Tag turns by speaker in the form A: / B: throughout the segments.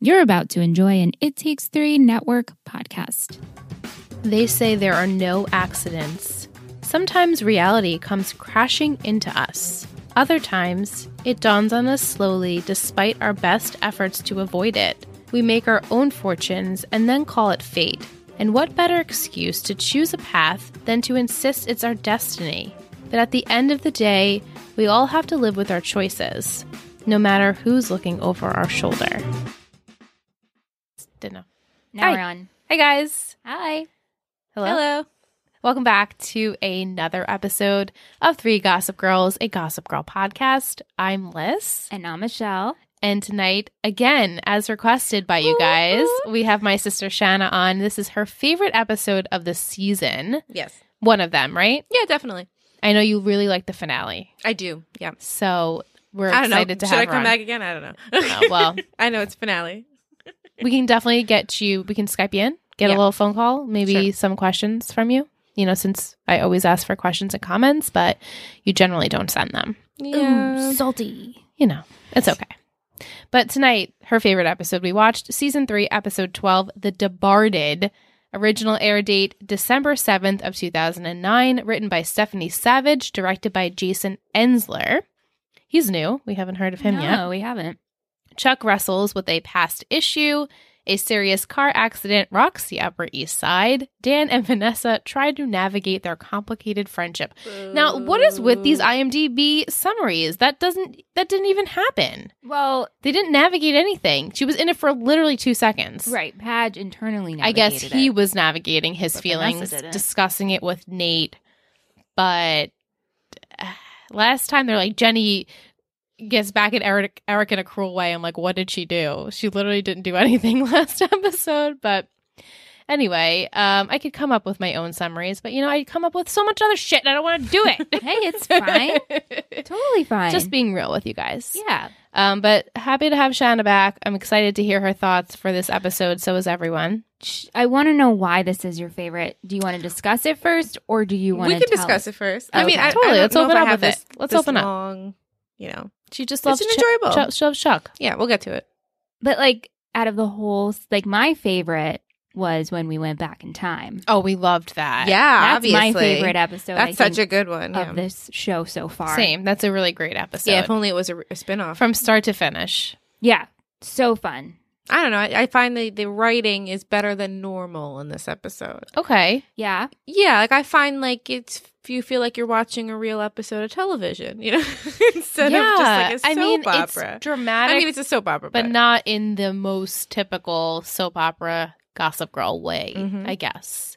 A: You're about to enjoy an It Takes Three Network podcast.
B: They say there are no accidents. Sometimes reality comes crashing into us. Other times, it dawns on us slowly despite our best efforts to avoid it. We make our own fortunes and then call it fate. And what better excuse to choose a path than to insist it's our destiny? But at the end of the day, we all have to live with our choices, no matter who's looking over our shoulder. Dinner.
A: Now
B: Hi.
A: we're on.
B: Hi, guys.
A: Hi.
B: Hello. Welcome back to another episode of Three Gossip Girls, a Gossip Girl podcast. I'm Liz.
A: And I'm Michelle.
B: And tonight, again, as requested by you guys, we have my sister Shanna on. This is her favorite episode of the season.
C: Yes.
B: One of them, right?
C: Yeah, definitely.
B: I know you really like the finale.
C: I do. Yeah.
B: So we're
C: I don't know.
B: excited
C: Should
B: to have
C: I
B: her
C: come
B: on.
C: back again? I don't know.
B: Uh, well,
C: I know it's finale.
B: we can definitely get you, we can Skype you in, get
C: Yeah.
B: a little phone call, maybe
C: Sure.
B: some questions from you. You know, since I always ask for questions and comments, but you generally don't send them.
A: Ooh, salty.
B: you know, it's okay. But tonight, her favorite episode we watched, season three, episode 12, The Debarted. Original air date December 7th of 2009, written by Stephanie Savage, directed by Jason Ensler. He's new. We haven't heard of him
A: no,
B: yet.
A: we haven't.
B: Chuck wrestles with a past issue, a serious car accident rocks the Upper East Side. Dan and Vanessa try to navigate their complicated friendship. Now, what is with these IMDb summaries? That doesn't that didn't even happen.
A: Well,
B: They didn't navigate anything. She was in it for literally 2 seconds.
A: right. Padge internally
B: I guess
A: navigated
B: he
A: it.
B: was navigating his
A: But Vanessa
B: feelings,
A: didn't.
B: discussing it with Nate. But uh, last time they're like Jenny gets back at Eric, Eric in a cruel way. I'm like, what did she do? She literally didn't do anything last episode. But anyway, um, I could come up with my own summaries, but you know, I come up with so much other shit, and I don't want to do it.
A: Hey, it's fine. totally fine.
B: Just being real with you guys.
A: yeah.
B: Um, but happy to have Shanna back. I'm excited to hear her thoughts for this episode. So is everyone.
A: Sh- I want to know why this is your favorite. Do you want to discuss it first, or do you want
C: We
A: to
C: can discuss it first. I mean,
A: Okay.
C: I,
B: Totally.
C: I don't
B: Let's
C: know
B: open
C: if I
B: up
C: have
B: with
C: this,
B: it. Let's
C: this
B: open up.
C: long, You know,
B: She just
C: it's
B: loves
C: an
B: Chuck-
C: enjoyable.
B: Chuck, she loves Chuck.
C: yeah, we'll get to it.
A: But like, out of the whole, like my favorite was when we went back in time.
B: Oh, we loved that.
C: yeah,
A: That's
C: obviously.
A: my favorite episode.
C: That's
A: I
C: such a
A: think,
C: good one.
A: of
C: Yeah.
A: this show so far.
B: Same. That's a really great episode.
C: yeah, if only it was a, a spinoff.
B: From start to finish.
A: Yeah, so fun.
C: I don't know. I, I find the, the writing is better than normal in this episode.
B: Okay.
A: Yeah,
C: Yeah, like I find like it's you feel like you're watching a real episode of television, you know, instead of just like a soap
B: I mean,
C: opera.
B: It's dramatic,
C: I mean, it's a soap opera,
B: but not in the most typical soap opera gossip girl way,
C: Mhm.
B: I guess.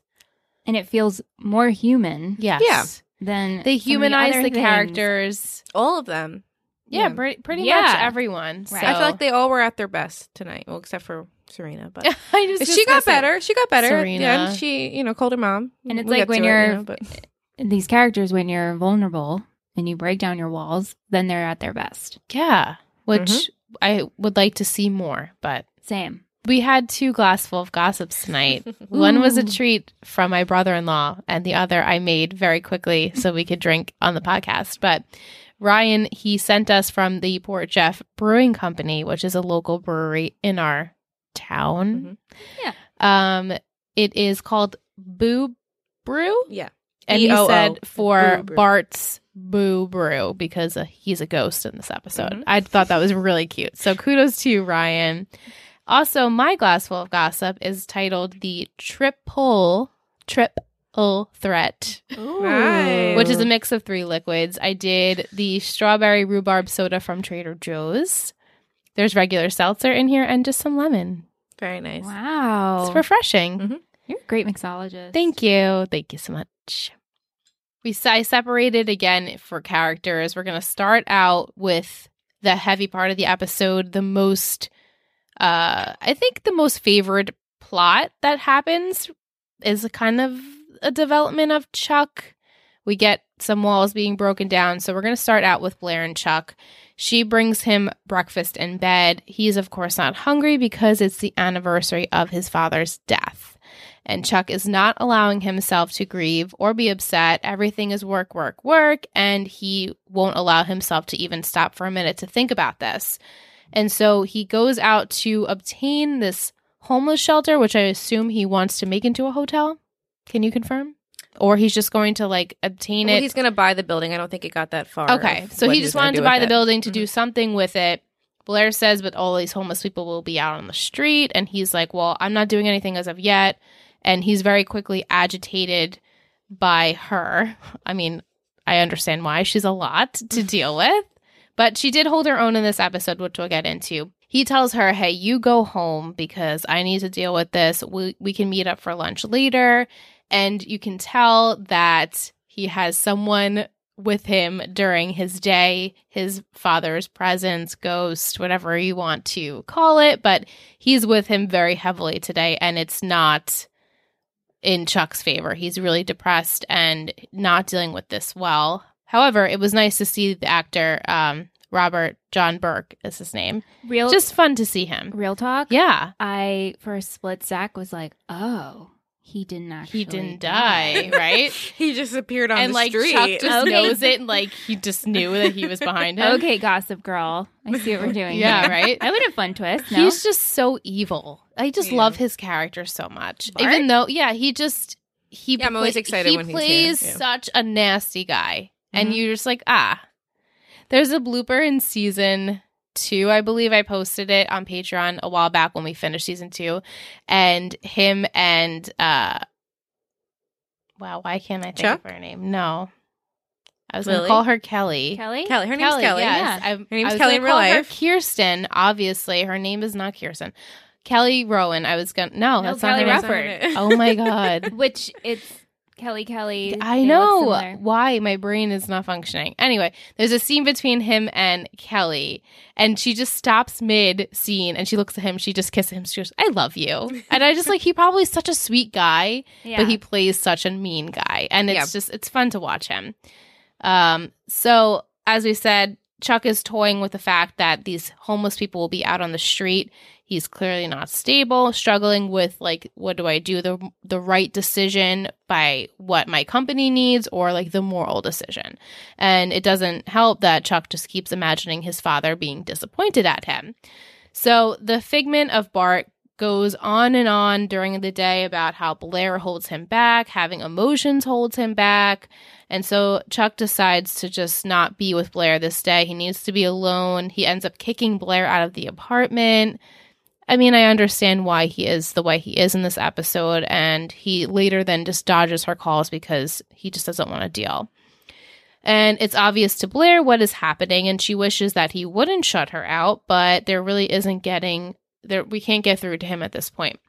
A: and it feels more human
B: Yes.
C: Yeah.
A: than
B: They
A: some of
B: humanize
A: other
B: the,
A: things.
B: characters.
C: all of them.
B: Yeah, pre- pretty
A: Yeah.
B: much everyone.
A: Right.
B: So.
C: I feel like they all were at their best tonight. Well, except for Serena, but
B: I just
C: she got
B: discussed it.
C: better. She got better.
B: Serena.
C: Yeah, and she you know called her mom,
A: And it's
C: We
A: like
C: got
A: when
C: to it,
A: you're-
C: but
A: And these characters when you're vulnerable and you break down your walls, then they're at their best.
B: Yeah, which
C: Mhm.
B: I would like to see more, but
A: Same.
B: we had two glassful of gossips tonight. One was a
A: Ooh.
B: treat from my brother in law, and the other I made very quickly so we could drink on the podcast. But Ryan, he sent us from the Port Jeff Brewing Company, which is a local brewery in our town.
C: Mm-hmm.
B: Yeah. Um, it is called Boo Brew.
C: yeah,
B: And he
C: B-O-O.
B: said for
C: E Boo Brew.
B: Bart's Boo Brew because uh, he's a ghost in this episode.
C: Mhm.
B: I thought that was really cute. So kudos to you, Ryan. Also, my glass full of gossip is titled the triple triple threat,
C: Nice.
B: which is a mix of three liquids. I did the strawberry rhubarb soda from Trader Joe's. There's regular seltzer in here and just some lemon.
C: very nice.
A: Wow.
C: Oh.
B: It's refreshing.
A: you're a great mixologist.
B: Thank you. Thank you so much. We s- I separated again for characters. We're going to start out with the heavy part of the episode, the most uh I think the most favored plot that happens is a kind of a development of Chuck. We get some walls being broken down, so we're going to start out with Blair and Chuck. She brings him breakfast in bed. He's of course not hungry because it's the anniversary of his father's death and Chuck is not allowing himself to grieve or be upset. Everything is work, work, work, and he won't allow himself to even stop for a minute to think about this. And so he goes out to obtain this homeless shelter, which I assume he wants to make into a hotel. Can you confirm? Or he's just going to like obtain
C: Well,
B: it.
C: he's gonna buy the building. I don't think it got that far.
B: Okay,
C: of
B: so
C: what
B: he
C: was
B: just
C: gonna
B: wanted
C: do
B: to
C: with
B: buy the
C: it. Mm-hmm.
B: building to do something with it. Blair says, but all these homeless people will be out on the street. And he's like, well, I'm not doing anything as of yet. And he's very quickly agitated by her. I mean, I understand why. She's a lot
C: Mm-hmm.
B: to deal with. But she did hold her own in this episode, which we'll get into. He tells her, hey, you go home because I need to deal with this. We, we can meet up for lunch later. And you can tell that he has someone with him during his day, his father's presence, ghost, whatever you want to call it, but he's with him very heavily today and it's not in Chuck's favor. He's really depressed and not dealing with this well. However, it was nice to see the actor um Robert John Burke is his name.
A: Real
C: Oh.
B: Just fun to see him.
A: real talk.
B: Yeah.
A: I for a split sec was like, oh, he didn't actually.
B: He didn't die, right?
C: He just appeared on
B: and
C: the
B: like
C: street.
B: Chuck just
A: Okay.
B: knows it and like he just knew that he was behind him.
A: Okay, Gossip Girl. I see what we're doing.
B: Yeah,
A: here.
B: right?
A: That would have fun twist. No,
B: He's just so evil. I just
C: Yeah.
B: love his character so much.
C: Bart?
B: Even though, yeah, he just he.
C: Yeah, I'm always
B: play-
C: excited
B: he
C: when he's here.
B: plays
C: Yeah.
B: such a nasty guy, and
C: Mhm.
B: you're just like, ah. There's a blooper in season two, I believe. I posted it on Patreon a while back when we finished season two, and him and uh, wow, why can't I think
C: Chuck?
B: of her name? No, I was
C: Lily?
B: gonna call her Kelly.
A: Kelly.
C: Kelly. Her name's Kelly.
B: Yes.
A: Yeah.
B: I,
C: Her name's
B: I was gonna
C: Kelly in real
B: call her
C: life.
B: Kirsten, obviously. Her name is not Kirsten. Kelly Rowan. I was going to. No,
A: No,
B: that's
A: Kelly
B: not
A: Rowan.
B: her name. Oh my God.
A: Which it's Kelly Kelly.
B: I
A: They look
B: know
A: similar.
B: why my brain is not functioning. Anyway, there's a scene between him and Kelly, and she just stops mid scene and she looks at him. She just kisses him. She goes, I love you. And I just like, he probably is such a sweet guy
A: Yeah.
B: but he plays such a mean guy and it's
C: Yeah.
B: just it's fun to watch him um so as we said chuck is toying with the fact that these homeless people will be out on the street he's clearly not stable struggling with like what do i do the the right decision by what my company needs or like the moral decision and it doesn't help that chuck just keeps imagining his father being disappointed at him so the figment of bart goes on and on during the day about how Blair holds him back, having emotions holds him back. And so Chuck decides to just not be with Blair this day. He needs to be alone. He ends up kicking Blair out of the apartment. I mean, I understand why he is the way he is in this episode. And he later then just dodges her calls because he just doesn't want to deal. And it's obvious to Blair what is happening, and she wishes that he wouldn't shut her out, but there really isn't getting there we can't get through to him at this point.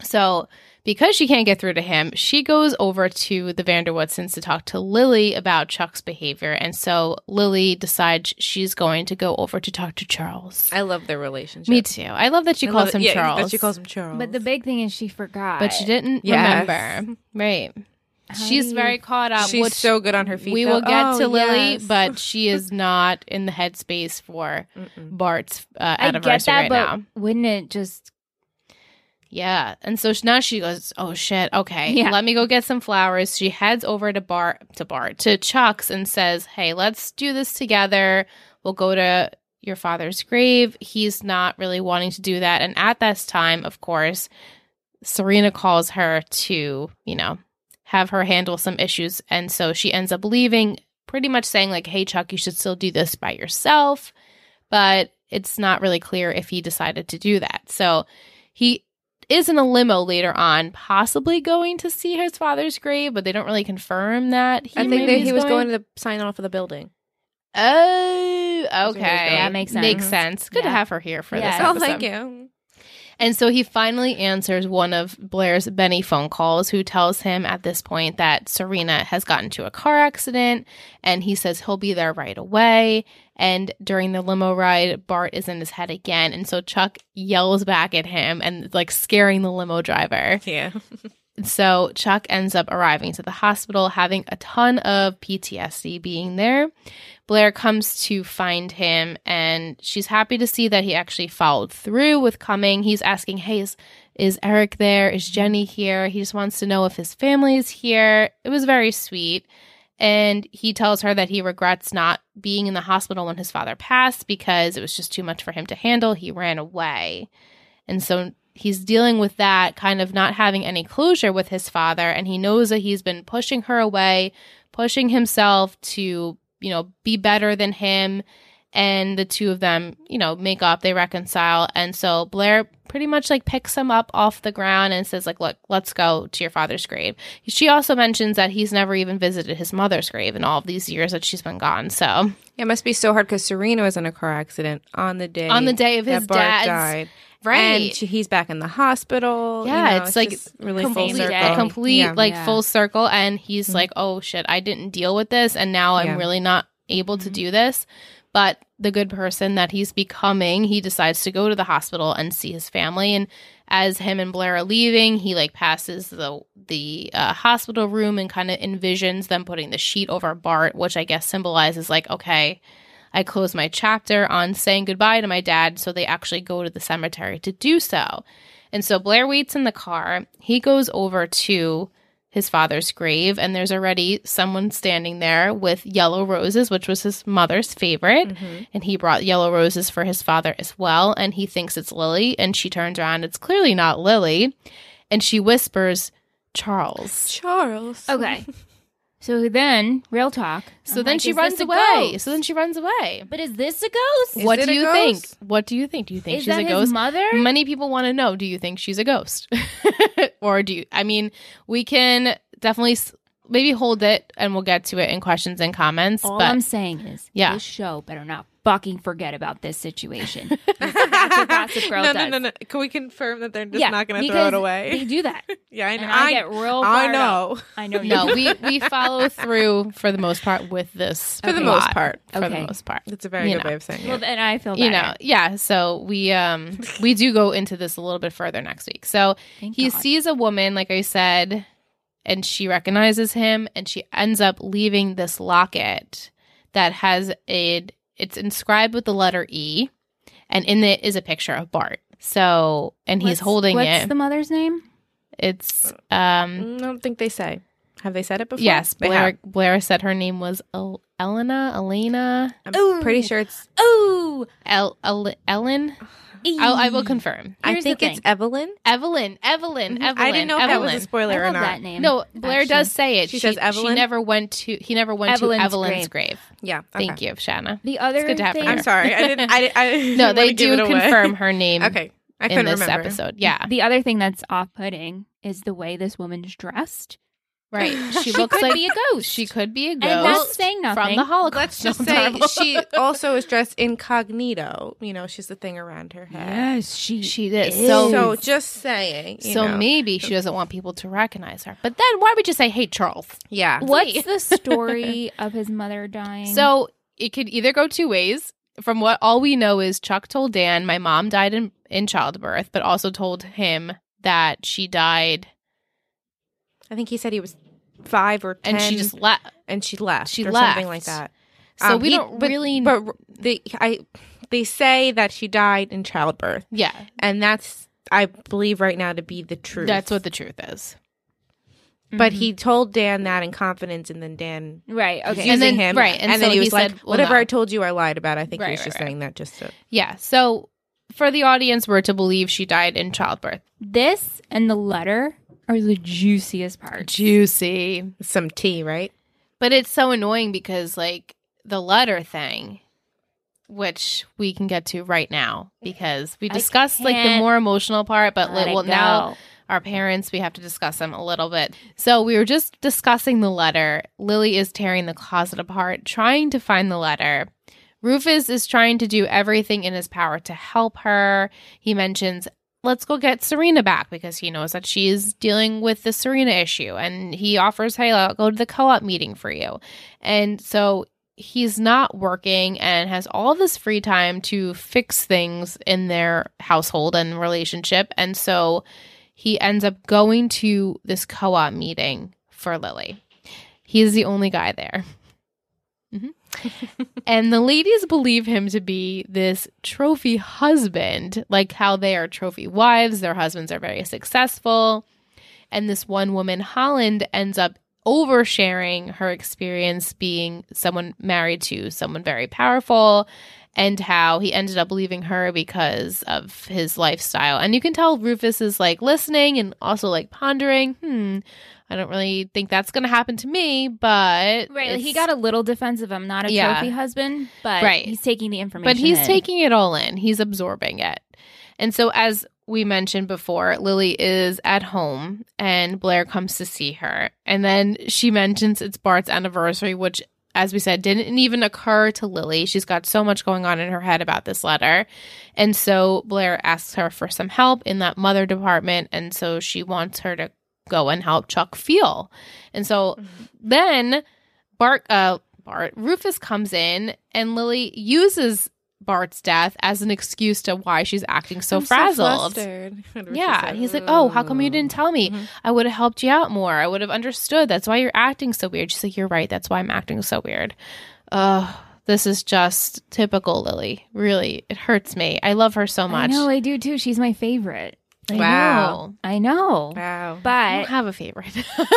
B: So, because she can't get through to him, she goes over to the Vanderwoodsons to talk to Lily about Chuck's behavior. And so Lily decides she's going to go over to talk to Charles.
C: I love their relationship.
B: Me too. I love that she
C: I
B: calls
C: love it.
B: him
C: yeah,
B: Charles.
C: That she calls him Charles.
A: But the big thing is she forgot.
B: but she didn't
C: Yes. Oh,
B: remember. Right.
A: How do
B: She's
A: you-
B: very caught up.
C: she's
B: which
C: so good on her feet.
B: we
C: though.
B: will get
C: Oh,
B: to Lily,
C: yes.
B: but she is not in the headspace for
C: Mm-mm.
B: Bart's uh,
A: I
B: anniversary
A: get that,
B: right
A: but
B: now.
A: wouldn't it just?
B: Yeah. And so sh- now she goes, Oh shit, okay.
A: Yeah.
B: Let me go get some flowers. She heads over to Bart to Bart to Chuck's and says, Hey, let's do this together. We'll go to your father's grave. He's not really wanting to do that. And at this time, of course, Serena calls her to, you know, have her handle some issues. And so she ends up leaving, pretty much saying, like, hey, Chuck, you should still do this by yourself. But it's not really clear if he decided to do that. So he is in a limo later on, possibly going to see his father's grave, but they don't really confirm that. He
C: I think
B: maybe
C: that
B: is
C: he was going, to sign off of the building.
B: Oh,
C: That's
B: okay.
C: where he's going.
A: That makes
B: Makes
A: sense.
B: sense. Good to
A: Yeah.
B: have her here for
A: Yes.
B: this.
A: Oh,
B: Episode.
C: you.
B: And so he finally answers one of Blair's Benny phone calls, who tells him at this point that Serena has gotten into a car accident and he says he'll be there right away. And during the limo ride, Bart is in his head again. And so Chuck yells back at him and like scaring the limo driver.
C: Yeah.
B: So Chuck ends up arriving to the hospital having a ton of PTSD being there. Blair comes to find him and she's happy to see that he actually followed through with coming. He's asking, "Hey, is, is Eric there? Is Jenny here?" He just wants to know if his family is here. It was very sweet. And he tells her that he regrets not being in the hospital when his father passed because it was just too much for him to handle. He ran away. And so he's dealing with that, kind of not having any closure with his father. And he knows that he's been pushing her away, pushing himself to, you know, be better than him. And the two of them, you know, make up, they reconcile. And so Blair pretty much like picks him up off the ground and says, like, look, let's go to your father's grave. She also mentions that he's never even visited his mother's grave in all of these years that she's been gone. So
C: It must be so hard because Serena was in a car accident on the day
B: on the day of
C: that
B: his
C: Bart
B: dad's
C: died.
B: right.
C: And she- he's back in the hospital. you
B: Yeah,
C: know,
B: it's like
C: just really
B: complete,
C: full
A: circle.
B: complete
C: Yeah.
B: like
A: Yeah.
B: full circle. And he's
C: Mhm.
B: like, oh shit, I didn't deal with this. And now I'm
C: Yeah. Mm-hmm.
B: really not able to
A: Mhm.
B: do this. But the good person that he's becoming, he decides to go to the hospital and see his family. And as him and Blair are leaving, he like passes the the uh, hospital room and kind of envisions them putting the sheet over Bart, which I guess symbolizes like, okay, I close my chapter on saying goodbye to my dad. So they actually go to the cemetery to do so. And so Blair waits in the car. He goes over to his father's grave, and there's already someone standing there with yellow roses, which was his mother's favorite.
A: Mm-hmm.
C: Mhm.
B: And he brought yellow roses for his father as well. And he thinks it's Lily. And she turns around. It's clearly not Lily. And she whispers, Charles.
C: Charles.
A: Okay. so then, real talk.
B: So
A: I'm
B: then
A: like,
B: she
A: Uh-huh. is this
B: runs
A: a
B: away.
A: ghost?
B: So then she runs away.
A: but is this a ghost?
C: Is
B: what
C: it
B: do
C: a
B: you
C: ghost?
B: think? What do you think? Do you think
A: Is
B: she's
A: that
B: a
A: his
B: ghost?
A: mother?
B: Many people want to know do you think she's a ghost? or do you, I mean, we can definitely s- maybe hold it and we'll get to it in questions and comments.
A: All
B: but
A: I'm saying is,
B: Yeah.
A: this show better not fucking forget about this situation. That's what Gossip Girl
C: no,
A: does.
C: no, no, no. Can we confirm that they're just
A: yeah,
C: not going to
A: because
C: throw it away?
A: They do that,
C: yeah, I know.
A: and I, get real.
C: I
A: fired up.
C: know.
A: I know. You
B: no,
A: do.
B: we, we follow through for the most part with this.
C: For the
B: plot.
C: most part.
B: For the
A: Okay.
B: most part.
C: That's a very
B: You
C: good
B: know.
C: way of saying
A: Well,
C: it.
A: then I feel better.
B: You know, yeah. So we um we do go into this a little bit further next week. So
A: Thank
B: he
A: God.
B: sees a woman, like I said, and she recognizes him, and she ends up leaving this locket that has a it's inscribed with the letter E, and in it is a picture of Bart. So, and he's
A: What's-
B: holding
A: What's
B: it.
A: the mother's name?
B: it's um
C: Mm, I don't think they say. Have they said it before?
B: yes,
C: They
B: Blair
C: have.
B: Blair said her name was El- Elena, Elena,
C: I'm
A: Ooh.
C: pretty sure it's.
A: Oh,
B: El, El Ellen.
C: E.
B: I'll, I will confirm.
C: I
A: Here's the
C: think it's
A: thing.
C: Evelyn.
B: Evelyn, Evelyn,
C: Mhm.
B: Evelyn.
C: I didn't know if
B: Evelyn.
C: that was a spoiler
A: I
C: or
A: love
C: not.
A: that name.
B: No, Blair
A: actually.
B: does say it.
C: She says Evelyn?
B: She never went to. He never went
A: Evelyn's
B: to Evelyn's grave.
C: Yeah.
B: Thank you, Shanna.
A: The other
B: good to have her
A: thing,
B: here.
C: I'm sorry. I didn't. I, didn't- I didn't
B: No,
C: wanna
B: they
C: give
B: do
C: it away.
B: confirm her name
C: Okay. I
B: in
C: couldn't
B: this
C: remember.
B: episode. Yeah,
A: The other thing that's off-putting is the way this woman's dressed.
B: right. She
A: She
B: looks
A: could
B: like
A: be a ghost.
B: she could be a ghost
A: and that's saying
B: from
A: nothing.
B: the Holocaust.
C: Let's just
B: No, I'm
C: say
B: terrible.
C: she also is dressed incognito. You know, she's the thing around her head.
A: yes, she
B: she did.
A: is.
B: So
C: So just saying. you
B: so
C: know.
B: maybe she doesn't want people to recognize her. But then why would you say, "Hey, Charles"?
C: Yeah.
A: What's the story of his mother dying?
B: So it could either go two ways. From what all we know is Chuck told Dan, my mom died in, in childbirth, but also told him that she died
C: I think he said he was five or ten,
B: and she just left.
C: and she left.
B: she
C: or
B: left.
C: something like that.
B: So
C: Um,
B: we
C: he-
B: don't
C: but-
B: really
C: But r- they, I, they say that she died in childbirth,
B: Yeah,
C: and that's I believe right now to be the truth.
B: that's what mm-hmm. the truth is.
C: But
A: Mhm.
C: he told Dan that in confidence, and then Dan
A: Mm-hmm. right okay.
B: And
C: using
B: then-
C: him,
B: right, and
C: And,
B: so
C: then he
B: he
C: was like,
B: said, well,
C: "Whatever
B: no."
C: I told you, I lied about." I think
B: Right,
C: he was
B: right,
C: just
B: right.
C: saying that just to
B: Yeah. So for the audience, we're to believe she died in childbirth.
A: this and the letter are the juiciest parts.
B: Juicy.
C: some tea, right?
B: But it's so annoying because, like, the letter thing, which we can get to right now because we
A: I
B: discussed, like, the
A: can't
B: more emotional part, but,
A: Let
B: like,
A: it
B: well, now
A: go.
B: our parents, we have to discuss them a little bit. So we were just discussing the letter. Lily is tearing the closet apart, trying to find the letter. Rufus is trying to do everything in his power to help her. He mentions, let's go get Serena back because he knows that she is dealing with the Serena issue. And he offers, hey, I'll go to the co op meeting for you. And so he's not working and has all this free time to fix things in their household and relationship. And so he ends up going to this co op meeting for Lily. He is the only guy there. Mhm. and the ladies believe him to be this trophy husband, like how they are trophy wives. Their husbands are very successful. And this one woman, Holland, ends up oversharing her experience being someone married to someone very powerful and how he ended up leaving her because of his lifestyle. And you can tell Rufus is like listening and also like pondering, hmm, I don't really think that's going to happen to me, but
A: Right. Like he
B: it's-
A: got a little defensive. I'm not a
B: Yeah.
A: trophy husband, but
B: Right.
A: he's taking the information.
B: But he's
A: in.
B: taking it all in. He's absorbing it. And so as we mentioned before, Lily is at home and Blair comes to see her. And then she mentions it's Bart's anniversary, which as we said didn't even occur to Lily. She's got so much going on in her head about this letter. And so Blair asks her for some help in that mother department and so she wants her to go and help Chuck feel. And so
A: Mm-hmm.
B: then Bart uh Bart Rufus comes in and Lily uses Bart's death as an excuse to why she's acting so
C: I'm
B: frazzled.
C: flustered. Whatever she
B: yeah,
C: said.
B: he's like, "Oh, how come you didn't tell me?
A: Mm-hmm.
C: Mhm.
B: I would have helped you out more. I would have understood. That's why you're acting so weird." She's like, "You're right. That's why I'm acting so weird." Ugh, this is just typical Lily. Really, it hurts me. I love her so much.
A: I know I do too. She's my favorite. I know.
B: wow.
A: I know.
B: I
C: Wow.
B: don't
A: But
B: have a favorite.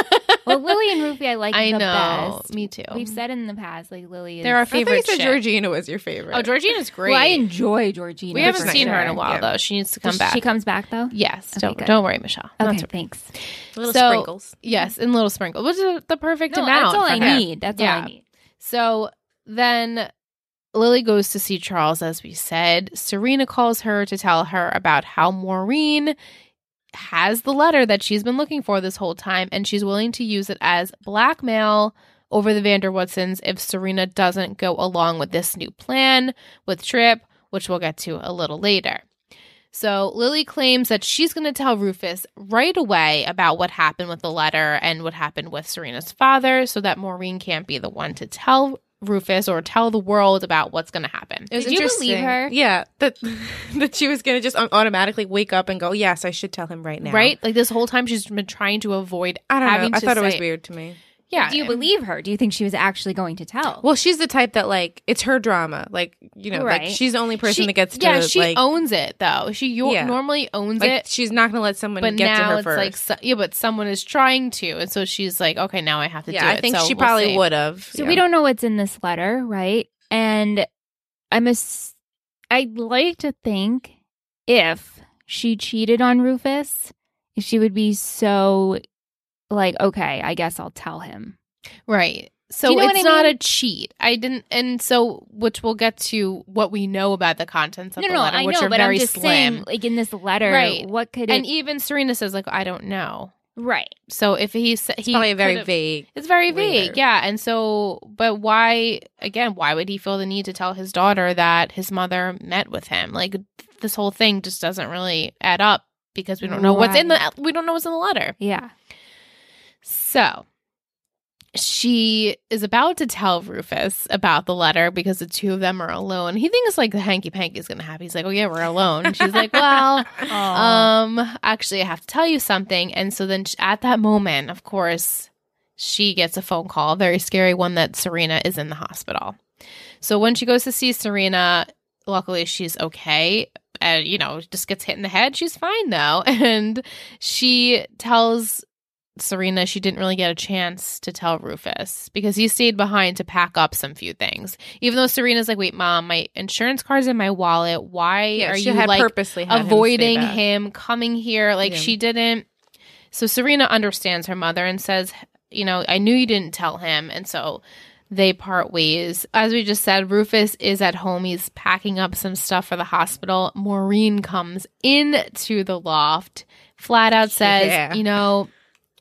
A: well, Lily and Rufi, I like
B: I
A: the
B: know.
A: best.
B: Me too.
A: We've said in the past, like Lily is.
B: There are
C: I thought you
B: favorite
C: said
B: shit.
C: Georgina was your favorite.
B: Oh, Georgina's great.
A: Well, I enjoy Georgina.
B: we
C: That's
B: haven't
A: for
B: seen her in a
A: sure.
B: while
C: Yeah.
B: though. She needs to come
A: Does
B: back.
A: She comes back though.
B: yes,
A: Okay,
B: don't
A: good.
B: don't worry, Michelle. Not
A: Okay,
B: to-
A: thanks.
C: little
B: so-
C: sprinkles.
B: yes, and little sprinkle, which is the perfect
A: No,
B: amount.
A: that's all
B: for
A: I
B: her.
A: need. That's all
B: Yeah.
A: I need.
B: So then Lily goes to see Charles, as we said. Serena calls her to tell her about how Maureen has the letter that she's been looking for this whole time, and she's willing to use it as blackmail over the Vanderwoodsons if Serena doesn't go along with this new plan with Trip, which we'll get to a little later. So Lily claims that she's going to tell Rufus right away about what happened with the letter and what happened with Serena's father so that Maureen can't be the one to tell Rufus or tell the world about what's going to happen.
C: It was
A: Did you believe
C: interesting.
A: her?
C: Yeah, that that she was gonna just au- automatically wake up and go, "Yes, I should tell him right now."
B: Right? Like this whole time she's been trying to avoid
C: I don't
B: having
C: know. I
B: to
C: thought it was
B: say-
C: weird to me.
B: Yeah.
A: Do you believe her? Do you think she was actually going to tell?
C: Well, she's the type that like it's her drama. Like you know,
A: Right.
C: like she's the only person
B: She-
C: that gets to
B: Yeah, she
C: like,
B: owns it though. She yo-
C: Yeah.
B: normally owns
C: like,
B: it.
C: she's not gonna let someone
B: But
C: get to
B: now
C: her
B: it's
C: first.
B: like, so- yeah, but someone is trying to. And so she's like, okay, now I have to do
C: yeah,
B: it.
C: I think
B: So
C: she
B: we'll
C: probably
B: see.
C: would have.
A: So we don't know what's in this letter, right? And I'm a, I'd like to think if she cheated on Rufus, if she would be so like, okay, I guess I'll tell him.
B: Right. So
A: you know what
B: it's
A: I
B: not
A: mean?
B: a cheat. I didn't, and so which we'll get to what we know about the contents of
A: no,
B: the
A: no,
B: letter,
A: I
B: which
A: know,
B: are
A: but
B: very
A: I'm just
B: slim.
A: saying, like in this letter,
B: Right.
A: what could
B: and
A: it?
B: even Serena says, like, I don't know.
A: e, right.
B: So if he said he
C: probably a very
B: could've-
C: vague.
B: it's very
C: way
B: vague,
C: there.
B: yeah. And so, but why again? Why would he feel the need to tell his daughter that his mother met with him? Like this whole thing just doesn't really add up because we don't know what's in the we don't know what's in the letter.
A: Yeah.
B: So she is about to tell Rufus about the letter because the two of them are alone. He thinks like the hanky panky is going to happen. He's like, "Oh yeah, we're alone." And she's like, "Well, um, actually, I have to tell you something." And so then sh- at that moment, of course, she gets a phone call, a very scary one that Serena is in the hospital. So when she goes to see Serena, luckily she's okay. And you know, just gets hit in the head. She's fine though, and she tells Serena, she didn't really get a chance to tell Rufus because he stayed behind to pack up some few things. Even though Serena's like, "Wait, mom, my insurance card's in my wallet. Why
C: yeah,
B: are
C: she
B: you
C: had
B: like
C: purposely had him stay
B: avoiding
C: back.
B: him, coming here?" Like
C: Yeah.
B: she didn't. So Serena understands her mother and says, "You know, I knew you didn't tell him." And so they part ways. As we just said, Rufus is at home. He's packing up some stuff for the hospital. Maureen comes into the loft, flat out says,
C: Yeah.
B: You know,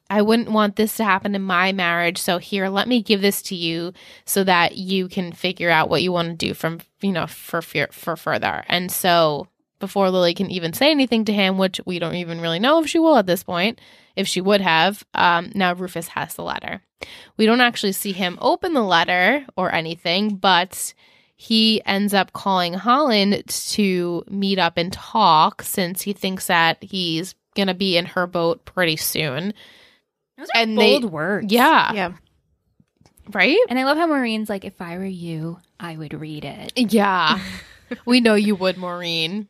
B: I wouldn't want this to happen in my marriage. So here, let me give this to you so that you can figure out what you want to do from, you know, for fear for further. And so before Lily can even say anything to him, which we don't even really know if she will at this point, if she would have, um, now Rufus has the letter. We don't actually see him open the letter or anything, but he ends up calling Holland to meet up and talk since he thinks that he's going to be in her boat pretty soon.
A: Those
B: are bold
A: words.
B: Yeah.
C: Yeah,
B: Right?
A: And I love how Maureen's like, if I were you, I would read it.
B: Yeah. we know you would, Maureen.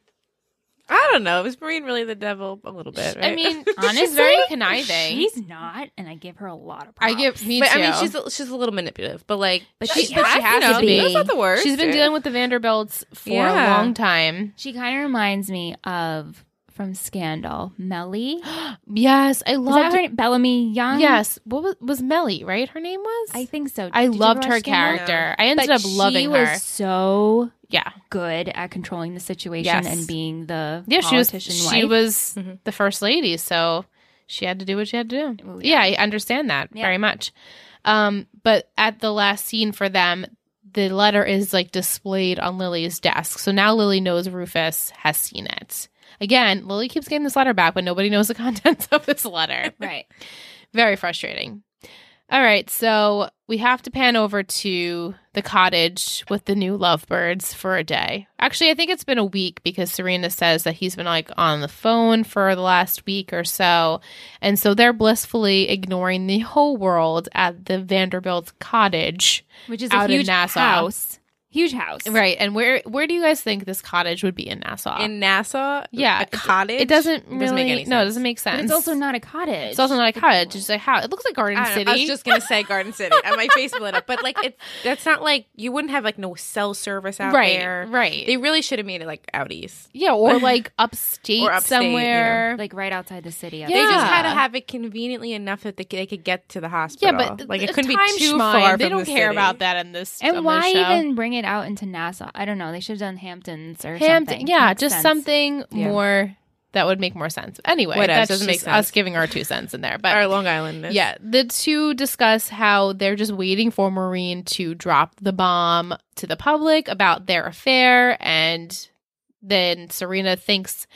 C: I don't know. Is Marine really the devil? A little bit.
B: I
C: right?
B: mean,
A: Honestly,
B: she's very conniving.
A: She's not, and I give her a lot of. Props.
B: I give me
C: but
B: too.
C: I mean, she's a, she's a little manipulative, but like,
A: But
B: she- but she has
C: you
B: to be.
C: That's not the worst.
B: she's been
C: right?
B: dealing with the Vanderbilts for
C: Yeah.
B: a long time.
A: She kind of reminds me of from Scandal, Melly.
B: yes, I
A: Is that
B: loved.
A: her name? Bellamy Young.
B: Yes, what was was Melly? Right, her name was.
A: I think so.
B: I
A: Did you
B: loved
A: ever
B: her
A: watch Scandal?
B: character. I ended
A: But
B: up loving
A: she
B: her.
A: was so
B: yeah,
A: good at controlling the situation
B: Yes.
A: and being the
B: yeah, she was.
A: politician
B: She
A: wife. Mm-hmm.
B: was
C: Mhm.
B: the first lady, so she had to do what she had to do.
A: Well,
B: yeah.
A: Oh, yeah.
B: I understand that
A: Yeah.
B: very much. Um, but at the last scene for them, the letter is like displayed on Lily's desk. So now Lily knows Rufus has seen it. Again, Lily keeps getting this letter back, but nobody knows the contents of this letter.
A: right.
B: Very frustrating. All right, so we have to pan over to the cottage with the new lovebirds for a day. Actually, I think it's been a week because Serena says that he's been like on the phone for the last week or so. And so they're blissfully ignoring the whole world at the Vanderbilt cottage.
A: Which is
B: Out
A: a
B: in
A: huge
B: Nassau.
A: house. Huge house.
B: Right. And where where do you guys think this cottage would be in Nassau?
C: in Nassau.
B: Yeah,
C: a cottage.
B: it doesn't really
C: doesn't make any
B: No, it
C: sense.
B: doesn't make sense.
A: But it's also not a cottage.
B: it's also not a cottage. It's a house. It looks like Garden
C: I, don't
B: City.
C: know. I was just gonna say Garden City, and my face lit up. But like, it's that's not like you wouldn't have like no cell service out
B: right,
C: there.
B: right.
C: They really should have made it like out east.
B: Yeah, or like upstate,
C: Or upstate,
B: somewhere.
A: like right outside the city.
B: Yeah.
C: They just had to
B: Yeah.
C: have it conveniently enough that they, c- they could get to the
B: yeah,
C: hospital.
B: but
C: like
B: the
C: it couldn't be
B: time
C: too
B: schmine,
C: far.
B: They
C: from
B: don't
C: the
B: care
C: city.
B: about that in this. on
A: And
B: this
A: why
B: show.
A: even bring it out into Nassau? I don't know. They should have done Hamptons or
B: Hampton?
A: something.
B: Yeah,
A: Makes
B: just
A: sense.
B: something
A: Yeah.
B: more that would make more sense. Anyway,
C: Whatever,
B: that's just
C: doesn't make
B: us
C: sense.
B: giving our two cents in there. But
C: Our Long Island.
B: yeah, the two discuss how they're just waiting for Maureen to drop the bomb to the public about their affair, and then Serena thinks,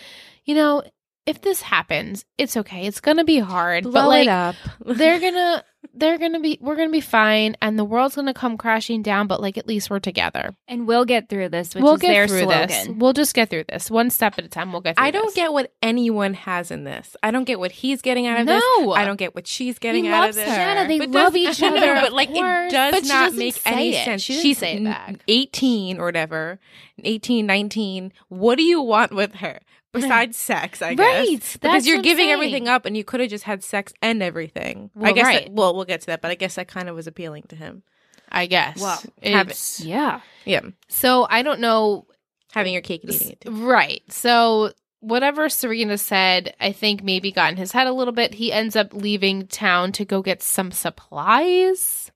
B: you know, if this happens, it's okay. It's gonna be hard,
C: blow
B: but like
C: it up.
B: they're gonna they're gonna be we're gonna be fine and the world's gonna come crashing down but like at least we're together
A: And we'll get through this, which
B: we'll
A: is
B: get
A: their
B: through
A: slogan.
B: this we'll just get through this one step at a time we'll get through
C: I don't
B: this.
C: get what anyone has in this. I don't get what he's getting out of this.
B: no
C: I don't get what she's getting
B: He
C: out
B: loves
C: of this.
B: her.
A: Shanna, they
C: But does-
A: love each
C: I
A: other.
C: know, but like
A: of course.
C: it does
B: But she
C: not
B: doesn't
C: make
B: say
C: any
B: it.
C: sense.
B: She didn't
C: She's
B: say it
C: n-
B: back.
C: 18 or whatever, 18, 19. What do you want with her besides sex, I guess?
B: right
C: because you're giving everything up and you could have just had sex and everything. I
B: Well,
C: guess
B: right.
C: that, well, we'll get to that, but I guess that kind of was appealing to him.
B: i guess
C: Well,
B: It's-
A: Yeah.
C: Yeah.
B: so i don't know
C: Having your cake and eating it. too.
B: right so whatever serena said i think maybe got in his head a little bit he ends up leaving town to go get some supplies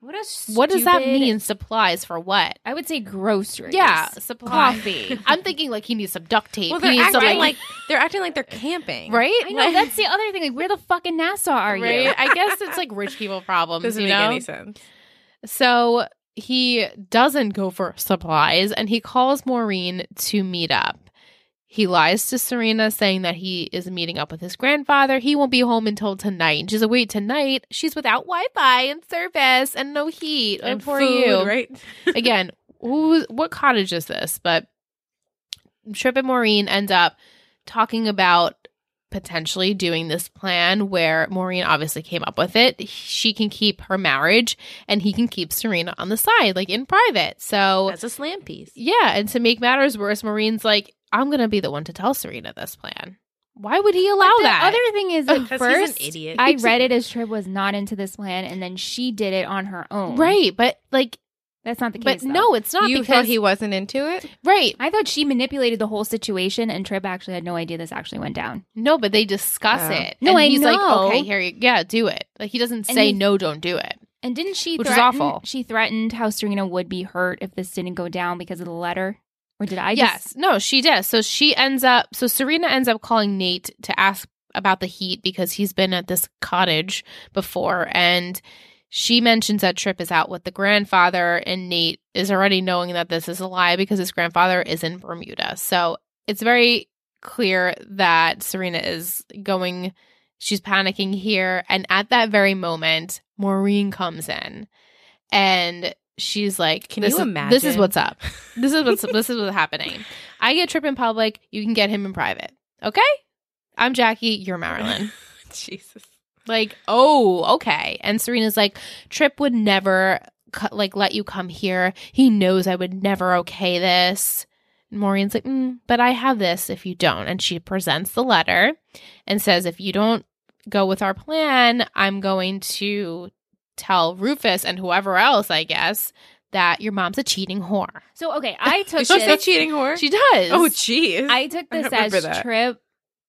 A: What a stupid,
B: what does that mean supplies for what
A: I would say groceries.
B: yeah supplies
A: Coffee.
B: I'm thinking like he needs some duct tape.
C: Well,
B: he
C: they're
B: needs
C: acting
B: some,
C: like they're acting like they're camping,
B: right?
A: I know. That's the other thing. Like, where the fuck in Nassau are you?
B: Right? I guess it's like rich people problems.
C: Doesn't
B: you
C: make
B: know?
C: any sense.
B: So he doesn't go for supplies, and he calls Maureen to meet up. He lies to Serena, saying that he is meeting up with his grandfather. He won't be home until tonight. And she's like, "Wait, tonight? She's without Wi-Fi and service and no heat.
C: And
B: oh, poor
C: food,
B: you,
C: right?
B: again, who what cottage is this? But Trip and Maureen end up talking about potentially doing this plan where Maureen obviously came up with it. She can keep her marriage and he can keep Serena on the side, like in private. So
C: That's a slam piece.
B: yeah, and to make matters worse, Maureen's like, I'm gonna be the one to tell Serena this plan. Why would he allow
A: the
B: that?
A: other thing is, like, first,
C: idiot.
A: I read it as Trib was not into this plan, and then she did it on her own.
B: right, but like
A: That's not Oh. the
B: but
A: case. though.
B: no, it's not
C: you
B: because
C: thought he wasn't into it?
B: right.
A: I thought she manipulated the whole situation, and Trib actually had no idea this actually went down.
B: No, but they discuss
C: Oh.
B: it.
A: No,
B: and
A: I
B: he's like,
A: know.
B: okay, here you yeah, do it. Like he doesn't
A: And
B: say
A: he-
B: no, don't do it.
A: And didn't she?
B: Which is
A: threaten,
B: awful.
A: She threatened how Serena would be hurt if this didn't go down because of the letter. Or did I?
B: yes.
A: Just,
B: No, she does. So she ends up so Serena ends up calling Nate to ask about the heat because he's been at this cottage before and she mentions that Trip is out with the grandfather and Nate is already knowing that this is a lie because his grandfather is in Bermuda. So it's very clear that Serena is going she's panicking here and at that very moment Maureen comes in and she's like
C: Can
B: this
C: you
B: is- this is
C: imagine?
B: what's up this is what's this is what's happening I get Trip in public you can get him in private okay I'm Jackie you're Marilyn
C: Jesus.
B: like oh okay and Serena's like Trip would never cu- like let you come here he knows I would never okay this Maureen's like, mm, but I have this if you don't. And she presents the letter and says, if you don't go with our plan, I'm going to tell Rufus and whoever else, I guess, that your mom's a cheating whore.
A: So okay, I took
C: Did she say
A: this.
C: cheating whore?
B: She does.
C: oh, jeez.
A: I took
C: I
A: this
C: don't remember
A: as
C: that.
A: Trip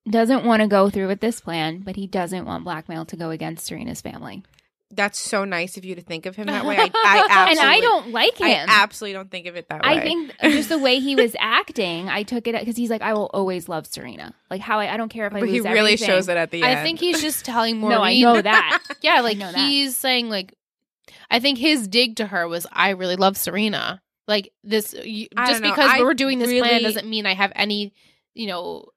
A: doesn't want to go through with this plan, but he doesn't want blackmail to go against Serena's family.
C: That's so nice of you to think of him that way. I, I absolutely,
A: and I don't like
C: I
A: him.
C: absolutely don't think of it that way.
A: I think just the way he was acting, I took it because he's like, I will always love Serena. Like how I, I don't care if I
C: but he
A: lose
C: really
A: everything.
C: shows it at the end.
B: I think he's just telling Maureen.
A: No, I know that.
B: Yeah, like
A: know that.
B: he's saying, like, I think his dig to her was, I really love Serena. Like this, you,
C: I
B: just
C: don't know.
B: because
C: I
B: we're doing this plan
C: really-
B: doesn't mean I have any, you know,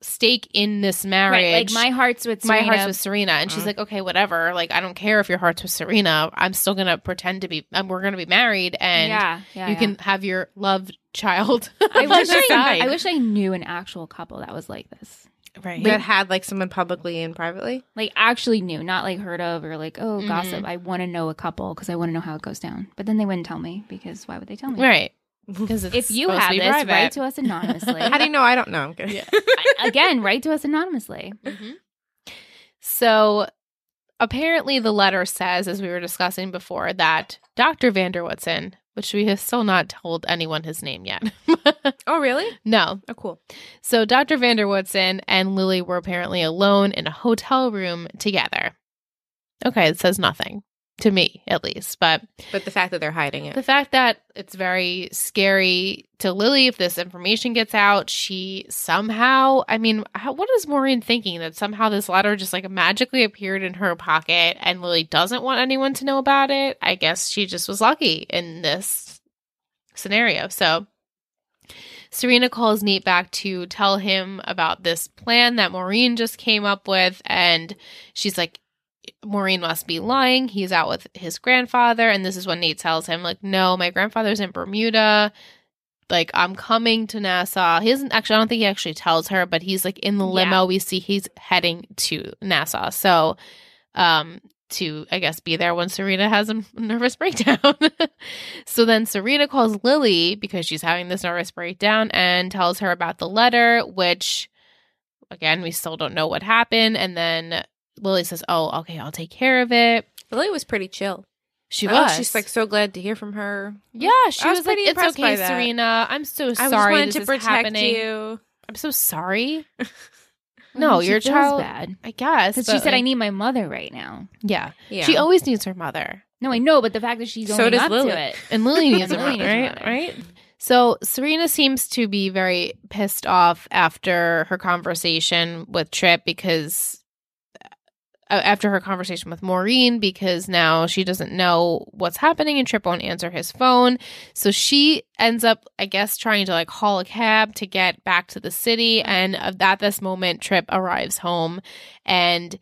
B: stake in this marriage.
A: Right, like my heart's with
B: my
A: Serena. Mm.
B: heart's with Serena, and she's
C: Mhm.
B: like, okay, whatever. Like, I don't care if your heart's with Serena. I'm still gonna pretend to be. Um, we're gonna be married, and
A: yeah, yeah,
B: you
A: yeah.
B: can have your loved child.
A: I
B: on
A: wish
B: the
A: I,
B: side.
A: I wish I knew an actual couple that was like this.
B: right.
C: that had like someone publicly and privately.
A: Like actually knew, not like heard of or like oh
B: Mhm.
A: gossip. I want to know a couple because I want to know how it goes down. But then they wouldn't tell me because why would they tell me?
B: right. Because
A: If you have this, write to us anonymously.
C: How do you know? I don't know. I'm kidding.
B: Yeah.
A: Again, write to us anonymously.
B: So apparently the letter says, as we were discussing before, that Dr. Vanderwoodson, which we have still not told anyone his name yet.
C: Oh, really?
B: no.
C: Oh, cool.
B: So Dr. Vanderwoodson and Lily were apparently alone in a hotel room together. Okay, it says nothing. To me, at least. But
C: But the fact that they're hiding it.
B: the fact that it's very scary to Lily if this information gets out, she somehow, I mean, how, what is Maureen thinking that somehow this letter just like magically appeared in her pocket and Lily doesn't want anyone to know about it? I guess she just was lucky in this scenario. So Serena calls Nate back to tell him about this plan that Maureen just came up with and she's like Maureen must be lying. He's out with his grandfather. And this is when Nate tells him, like, no, my grandfather's in Bermuda. Like, I'm coming to Nassau. He doesn't actually, I don't think he actually tells her, but he's like in the limo.
A: Yeah.
B: We see he's heading to Nassau. So, um, to, I guess, be there when Serena has a nervous breakdown. so then Serena calls Lily because she's having this nervous breakdown and tells her about the letter, which, again, we still don't know what happened. And then Lily says, "Oh, okay, I'll take care of it."
C: Lily was pretty chill.
B: She
C: I
B: was.
C: Oh, She's like so glad to hear from her.
B: "Yeah." She
C: I
B: was, like,
C: was pretty
B: "It's
C: impressed
B: okay,
C: by that.
B: Serena. I'm so
C: I
B: sorry.
C: just wanted
B: this
C: to
B: is
C: protect
B: happening.
C: you.
B: I'm so sorry.
A: Well,
B: No,
A: she
B: your
A: feels
B: child-
A: bad
B: I guess."
A: because
B: but,
A: she said, "I
B: like,
A: need my mother right now."
B: Yeah.
C: Yeah.
B: She always needs her mother,
A: No, I know, but the fact that she's
C: So
A: owning
C: does
A: up
C: Lily.
A: to it,
B: and Lily needs her
A: Lily
B: mother,
A: needs her
B: right?
A: mother.
B: Right. So Serena seems to be very pissed off after her conversation with Trip because uh, after her conversation with Maureen because now she doesn't know what's happening and Trip won't answer his phone. So she ends up I guess trying to like haul a cab to get back to the city and at this moment Trip arrives home and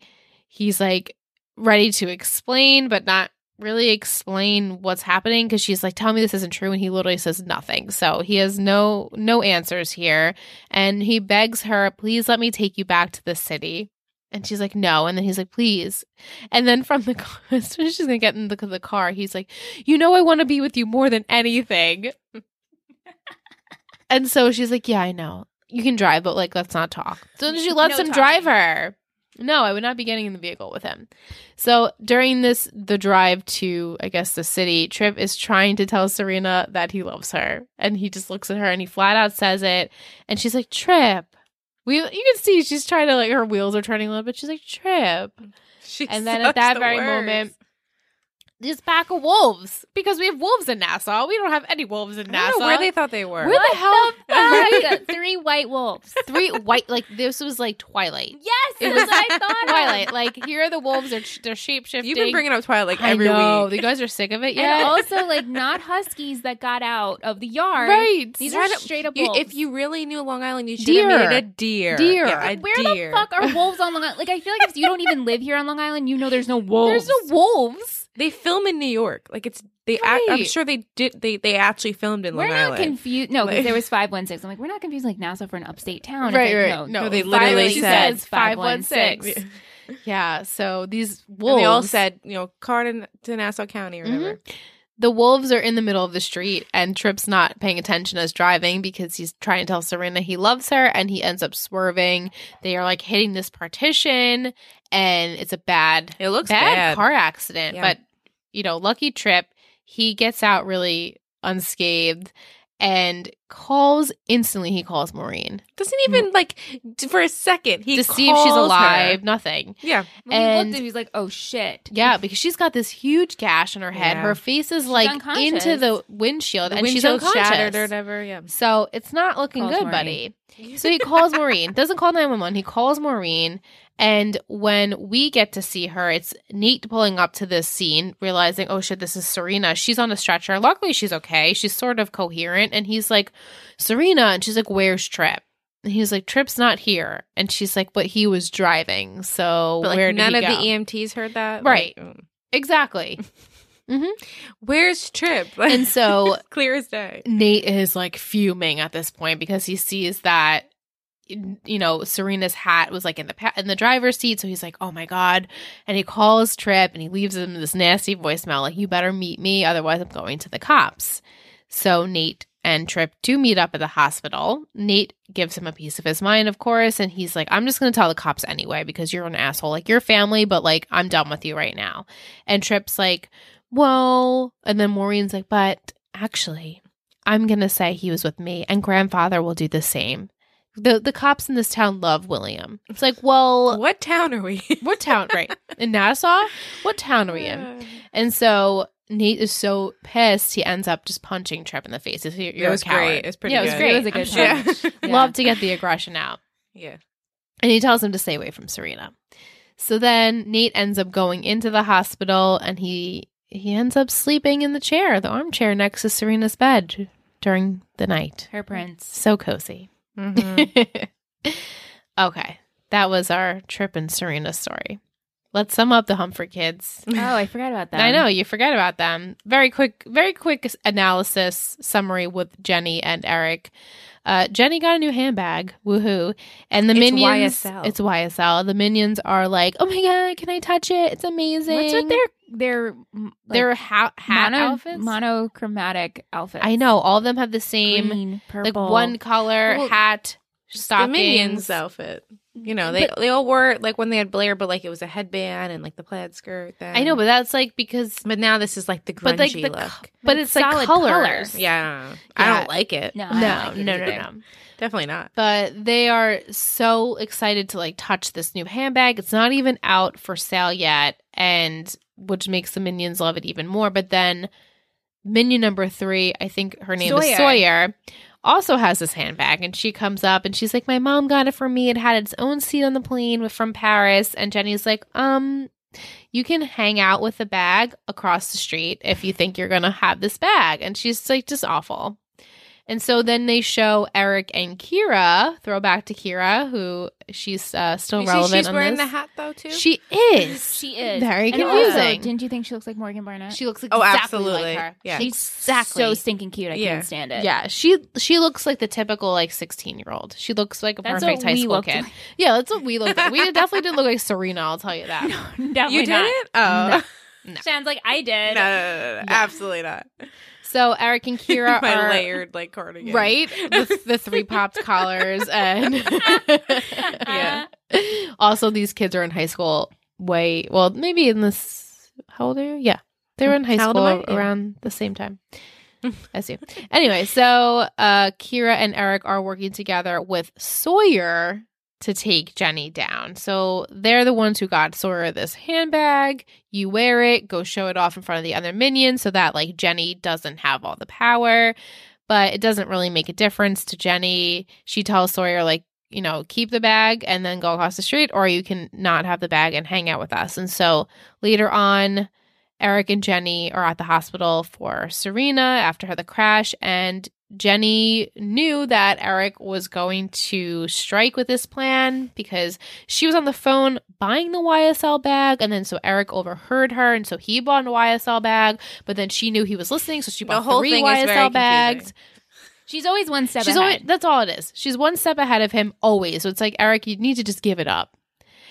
B: he's like ready to explain but not really explain what's happening because she's like tell me this isn't true and he literally says nothing so he has no no answers here and he begs her please let me take you back to the city and she's like no and then he's like please and then from the car as soon as she's gonna get in the, the car he's like you know i want to be with you more than anything and so she's like yeah i know you can drive but like let's not talk so then she lets
A: No
B: him
A: talking.
B: drive her no i would not be getting in the vehicle with him so during this, the drive to, I guess, the city, Trip is trying to tell Serena that he loves her. And he just looks at her and he flat out says it. And she's like, Trip. We, you can see she's trying to like her wheels are turning a little bit. She's like, Trip.
C: She's
B: And then
C: such
B: at that
C: the
B: very
C: worst.
B: moment, this pack of wolves because we have wolves in Nassau. We don't have any wolves in
C: I
B: Nassau.
C: don't know where they thought they were.
B: Where the hell?
A: Fuck! Ah, three white wolves.
B: Three white like this was like Twilight.
A: Yes,
B: It
A: it
B: was
A: was I thought. of.
B: Twilight. Like here are the wolves. They're they're shape shifting.
C: You've been bringing up Twilight like
B: I
C: every
B: know.
C: week.
B: You guys are sick of it
A: and
B: yet.
A: also like not huskies that got out of the yard.
B: Right.
A: These
C: Why
A: are
C: don't-
A: straight up
C: You,
A: wolves.
C: if you really knew Long Island, you should have made it a deer.
B: Deer.
C: Yeah, a
A: Like, where
C: deer.
A: the fuck are wolves on Long Island? Like I feel like if you don't even live here on Long Island, you know there's no wolves.
B: There's no wolves.
C: They film in New York. Like it's they. ac- I'm
B: Right.
C: sure they did. They they actually filmed in
A: We're
C: Long
A: not
C: Island.
A: confused. No, because
C: Like-
A: there was five one six. I'm like, we're not confused like NASA for an upstate town. It's
B: Right,
A: like,
B: right.
A: No,
C: No, they
B: Finally,
C: literally
B: she
C: said
B: says five one six.
A: Yeah.
B: Yeah. So these wolves. Mm-hmm.
C: And they all said, you know, Cardin to Nassau County or whatever.
B: the wolves are in the middle of the street, and Trip's not paying attention as driving because he's trying to tell Serena he loves her, and he ends up swerving. They are like hitting this partition, and it's a bad,
C: It looks
B: bad,
C: bad.
B: car accident.
C: Yeah.
B: But you know, lucky Trip, he gets out really unscathed and calls instantly. He calls Maureen
C: Doesn't even like d- for a second. He
B: to see if she's
C: calls her.
B: alive. Nothing.
C: Yeah,
A: When he
B: And-
A: looked at him, he's like, "Oh shit!"
B: Yeah, because she's got this huge gash on her head.
C: Yeah.
B: Her face is like
A: unconscious.
B: into the windshield, and she's unconscious.
C: shattered or whatever. Yeah.
B: So it's not looking
A: Calls
B: good,
A: Maureen.
B: buddy. So he calls Maureen. Doesn't call 911. He calls Maureen. And when we get to see her, it's Nate pulling up to this scene, realizing, oh shit, this is Serena. She's on a stretcher. Luckily, she's okay. She's sort of coherent. And he's like, Serena. And she's like, where's Trip? And he's like, Trip's not here. And she's like, but he was driving. So
C: But
B: where
C: like
B: did
C: none
B: he
C: of
B: go?
C: the e- EMTs heard that.
B: Right.
C: Like, mm.
B: Exactly.
C: Where's Trip?
B: And so-
C: clear as day.
B: Nate is like fuming at this point because he sees that you know Serena's hat was like in the pa- in the driver's seat so he's like oh my god and he calls Trip and he leaves him this nasty voicemail like you better meet me otherwise I'm going to the cops so Nate and Trip do meet up at the hospital Nate gives him a piece of his mind of course and he's like I'm just going to tell the cops anyway because you're an asshole like your family but like I'm done with you right now and Trip's like well and then Maureen's like but actually I'm going to say he was with me, and grandfather will do the same. The, the cops in this town love William. It's like, well,
C: What town are we? in?
B: what town, right? In Nassau? What town are we in? And so Nate is so pissed, he ends up just punching Trip in the face. He's like, You're
C: It was
B: a coward.
C: great. It's pretty.
B: Yeah, it
C: good.
B: was great.
A: It was a good
C: I'm
A: time.
C: sure.
A: Yeah.
B: Love to get the aggression out.
C: yeah.
B: And he tells him to stay away from Serena. So then Nate ends up going into the hospital and he he ends up sleeping in the chair, the armchair next to Serena's bed during the night.
A: Her prince.
B: So cozy.
C: Mhm.
B: okay. That was our trip and Serena story. Let's sum up the Humphrey kids.
A: Oh, I forgot about that.
B: I know you forget about them. Very quick, very quick analysis summary with Jenny and Eric. Uh, Jenny got a new handbag. Woohoo! And the
C: It's
B: minions.
C: YSL.
B: It's YSL. The minions are like, oh my god, can I touch it? It's amazing.
A: What's with their their mm, like,
B: their ha- hat
A: mono,
B: outfits?
A: monochromatic outfits?
B: I know all of them have the same
A: Green,
B: like
A: purple,
B: one color
C: Well,
B: hat.
C: the
B: Stockings.
C: minions outfit. You know, they they all wore like when they had Blair, but like it was a headband and like the plaid skirt. Then.
B: I know, but that's like because
C: but now this is like the grungy
B: but like the
C: look.
B: co- but it's like
A: solid
B: colors.
A: colors.
C: yeah. I
B: Yeah.
C: don't like it.
A: No, I
B: No,
A: don't
B: no,
A: like it
B: no, no,
A: either.
C: Definitely not.
B: But they are so excited to like touch this new handbag. It's not even out for sale yet, and which makes the minions love it even more. But then minion number three, I think her name is
A: Sawyer.
B: Sawyer, also has this handbag, and she comes up and she's like, "My mom got it for me. It had its own seat on the plane from Paris." And Jenny's like, "Um." You can hang out with the bag across the street if you think you're going to have this bag. And she's like, just awful. And so then they show Eric and Kira, throwback to Kira, who she's uh, still
C: You see
B: relevant.
C: she's
B: on
C: wearing
B: this.
C: the hat though too.
B: She is.
A: She is
B: Very
A: And
B: confusing.
A: Also, didn't you think she looks like Morgan Barnett?
B: She looks
C: Oh,
B: exactly
C: absolutely.
B: like her.
C: Yeah.
A: She's
B: exactly.
A: so stinking cute. I
C: Yeah.
A: can't stand it.
B: yeah, she she looks like the typical like sixteen year old. She looks like a
A: That's
B: perfect
A: what
B: high
A: we
B: school
A: looked
B: kid.
A: like.
B: Yeah, that's what we looked. like. We definitely didn't look like Serena. I'll tell you that.
A: Definitely
C: you did
A: not.
C: it? Oh.
B: No.
A: Sounds like I
C: No, no,
A: did.
C: no, no, no. Absolutely not.
B: So Eric and Kira
C: My
B: are
C: layered like cardigan.
B: right the, the three popped collars and
A: Yeah.
B: also these kids are in high school way well maybe in this how old are you yeah they were in high
C: How old
B: school
C: am I? Yeah.
B: around the same time as you anyway so uh kira and eric are working together with sawyer to take jenny down so they're the ones who got sawyer this handbag you wear it go show it off in front of the other minions so that like jenny doesn't have all the power but it doesn't really make a difference to jenny she tells sawyer like you know, keep the bag and then go across the street, or you can not have the bag and hang out with us. And so later on, Eric and Jenny are at the hospital for Serena after the crash, and Jenny knew that Eric was going to strike with this plan because she was on the phone buying the YSL bag, and then so Eric overheard her, and so he bought a YSL bag, but then she knew he was listening, so she
C: The
B: bought
C: whole
B: three
C: thing is very
B: YSL bags.
C: confusing.
A: She's always one step
B: She's
A: ahead.
B: always that's all it is. She's one step ahead of him always. So it's like Eric, you need to just give it up.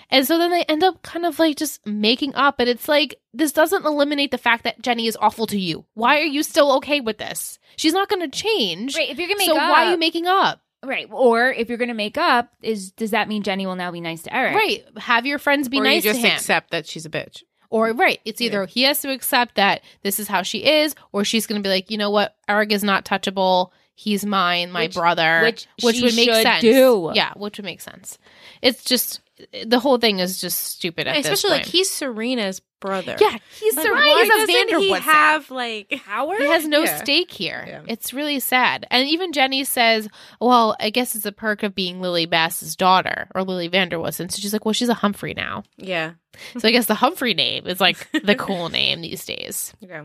B: And so then they end up kind of like just making up. And it's like, this doesn't eliminate the fact that Jenny is awful to you. Why are you still okay with this? She's not going to change.
A: Right. If you're gonna make
B: so
A: up,
B: why are you making up?
A: right? Or if you're gonna make up, is does that mean Jenny will now be nice to Eric?
B: Right. Have your friends be
C: or
B: nice
C: you just
B: to him.
C: accept that she's a bitch.
B: or right. It's either he has to accept that this is how she is, or she's going to be like, you know what? Eric is not touchable. He's mine, my
A: Which-
B: brother.
A: which she should
B: sense.
A: do.
B: Yeah, which would make sense. It's just the whole thing is just stupid at this
C: Especially like
B: point.
C: he's Serena's brother.
B: yeah, he's
C: Like,
B: Sir-
C: why
B: he's a
C: doesn't he
B: Vanderwoodson.
C: have like power?
B: He has no
C: Yeah.
B: stake here.
C: Yeah.
B: It's really sad. And even Jenny says, "Well, I guess it's a perk of being Lily Bass's daughter or Lily Vanderwoodson." So she's like, "Well, she's a Humphrey now."
C: Yeah.
B: So I guess the Humphrey name is like the cool name these days.
C: Okay.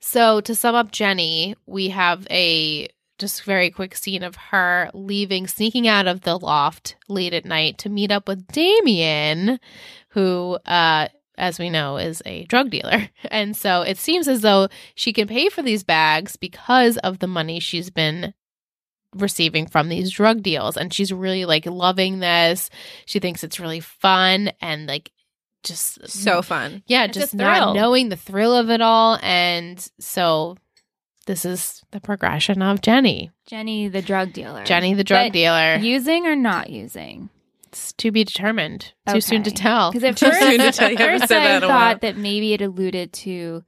B: So to sum up Jenny, we have a just very quick scene of her leaving, sneaking out of the loft late at night to meet up with Damien, who uh as we know is a drug dealer. And so it seems as though she can pay for these bags because of the money she's been receiving from these drug deals and she's really like loving this. She thinks it's really fun and like just
C: So fun.
B: yeah,
A: It's a
B: just not
A: thrill.
B: knowing the thrill of it all. And so this is the progression of Jenny.
A: Jenny, the drug dealer.
B: Jenny, the drug
A: But
B: dealer.
A: using or not using?
B: it's to be determined. Too soon to
A: Okay.
B: tell.
A: Because at
C: Too
A: first,
C: soon to tell. You
A: at
C: haven't
A: first
C: said that
A: I
C: in a while.
A: thought that maybe it alluded to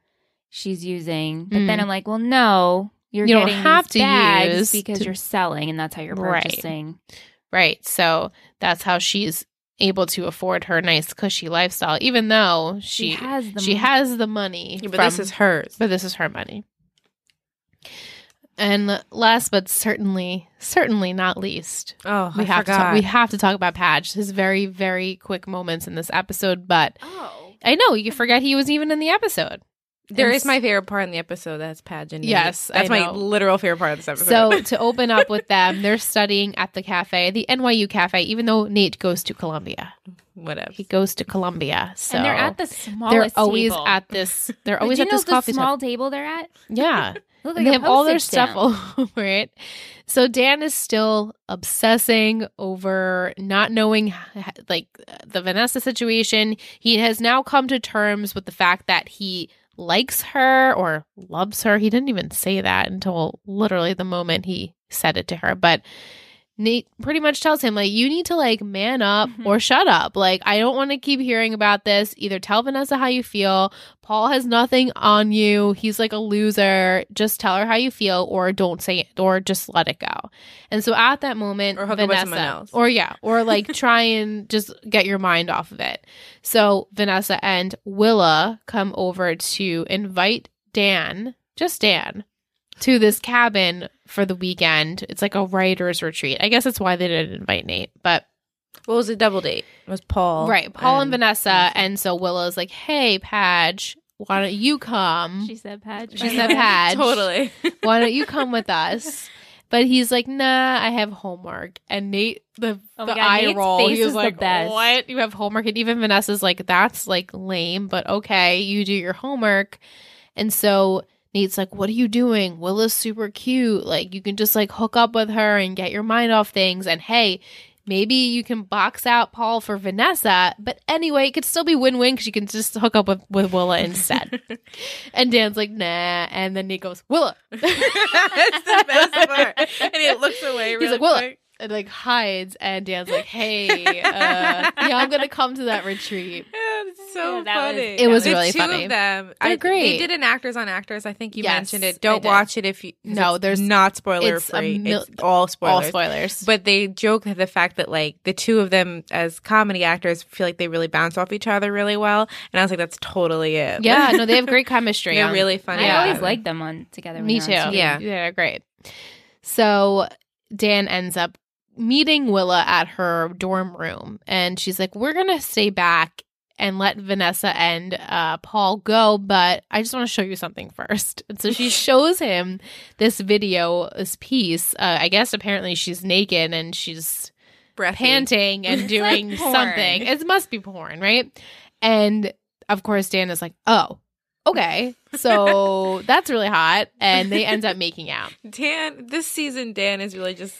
A: she's using, but then
B: Mm.
A: I'm like, well, no, you're
B: You don't
A: getting
B: have
A: these
B: to
A: bags
B: use
A: because
B: to-
A: you're selling, and that's how you're
B: Right.
A: purchasing.
B: Right. So that's how she's able to afford her nice, cushy lifestyle, even though she, she, has,
A: the
B: the
A: money.
B: money.
C: Yeah, but
B: from-
C: this is hers.
B: But this is her money. And last but certainly, certainly not least,
C: Oh,
B: we
C: I
B: have to
C: forgot.
B: talk, we have to talk about Patch. His very very quick moments in this episode, but
C: oh.
B: I know you forget he was even in the episode.
C: There
B: And
C: is my favorite part in the episode. That's pageant.
B: Yes, I
C: that's my
B: know.
C: literal favorite part of this episode.
B: So to open up with them, they're studying at the cafe, the NYU cafe. Even though Nate goes to Columbia,
C: whatever.
B: he goes to Columbia. So
A: and they're at the smallest.
B: they're always
A: table.
B: at this. They're
A: But
B: always
A: do you
B: at
A: know
B: this
A: the
B: coffee
A: small
B: shop.
A: table they're at.
B: Yeah,
A: Look like
B: And they
A: a
B: have all their
A: postage
B: stuff
A: stamp.
B: all over it. So Dan is still obsessing over not knowing like the Vanessa situation. He has now come to terms with the fact that he likes her or loves her. He didn't even say that until literally the moment he said it to her, but Nate pretty much tells him like you need to like man up
A: Mhm.
B: or shut up. Like I don't want to keep hearing about this. Either tell Vanessa how you feel Paul has nothing on you. He's like a loser. Just tell her how you feel, or don't say it, or just let it go. And so at that moment,
C: Or hook up with
B: Vanessa,
C: someone else.
B: or yeah, or like try and just get your mind off of it. So Vanessa and Willa come over to invite Dan, just Dan, to this cabin for the weekend. It's like a writer's retreat. I guess that's why they didn't invite Nate, but
C: Well, it was a double date. It was Paul.
B: right, Paul and, Vanessa. And so Willa's like, "Hey, Padge." Why don't you come?
A: She said, "Patch."
B: She said Padge.
C: totally.
B: Why don't you come with us? But he's like, nah, I have homework. And Nate, the,
A: Oh my
B: the
A: God,
B: eye
A: Nate's
B: roll,
A: face
B: he was
A: is the
B: like,
A: best.
B: what? You have homework? And even Vanessa's like, that's like lame, but okay, you do your homework. And so Nate's like, what are you doing? Willa's super cute. Like, you can just like hook up with her and get your mind off things. And hey, maybe you can box out Paul for Vanessa. But anyway, it could still be win win because you can just hook up with, with Willa instead. and Dan's like, nah. And then Nate goes, Willa.
C: That's the best part. And he looks away.
B: He's
C: really
B: like, "Well,
C: quick.
B: and like hides and Dan's like, "Hey, uh, yeah, I'm gonna come to that retreat."
C: Yeah, it's so
A: Yeah, that was-
C: funny.
B: It was
C: the
B: really
C: two
B: funny.
C: Of them,
B: They're
C: I,
B: great.
C: They did an actors on actors. I think you
B: Yes,
C: mentioned
B: I
C: it. Don't
B: did.
C: watch it if you. 'cause
B: No,
C: it's
B: there's-
C: not spoiler
B: it's a
C: free.
B: mil-
C: it's all
B: All
C: spoilers.
B: spoilers,
C: But they joke at the fact that like the two of them as comedy actors feel like they really bounce off each other really well, and I was like, that's totally it.
B: yeah, no, they have great chemistry.
C: They're
B: on-
C: really funny.
A: I
B: Yeah.
A: always liked them on together. when
B: Me
A: they're
B: too.
A: on TV.
C: Yeah.
B: they're great. So Dan ends up meeting Willa at her dorm room, and she's like, "We're gonna stay back." And let Vanessa and uh, Paul go, but I just want to show you something first. And so she shows him this video, this piece. Uh, I guess apparently she's naked and she's
C: breathy.
B: panting and
A: It's
B: doing
A: like porn.
B: something. It must be porn, right? And of course, Dan is like, oh, okay. So that's really hot. And they end up making out.
C: Dan, this season, Dan is really just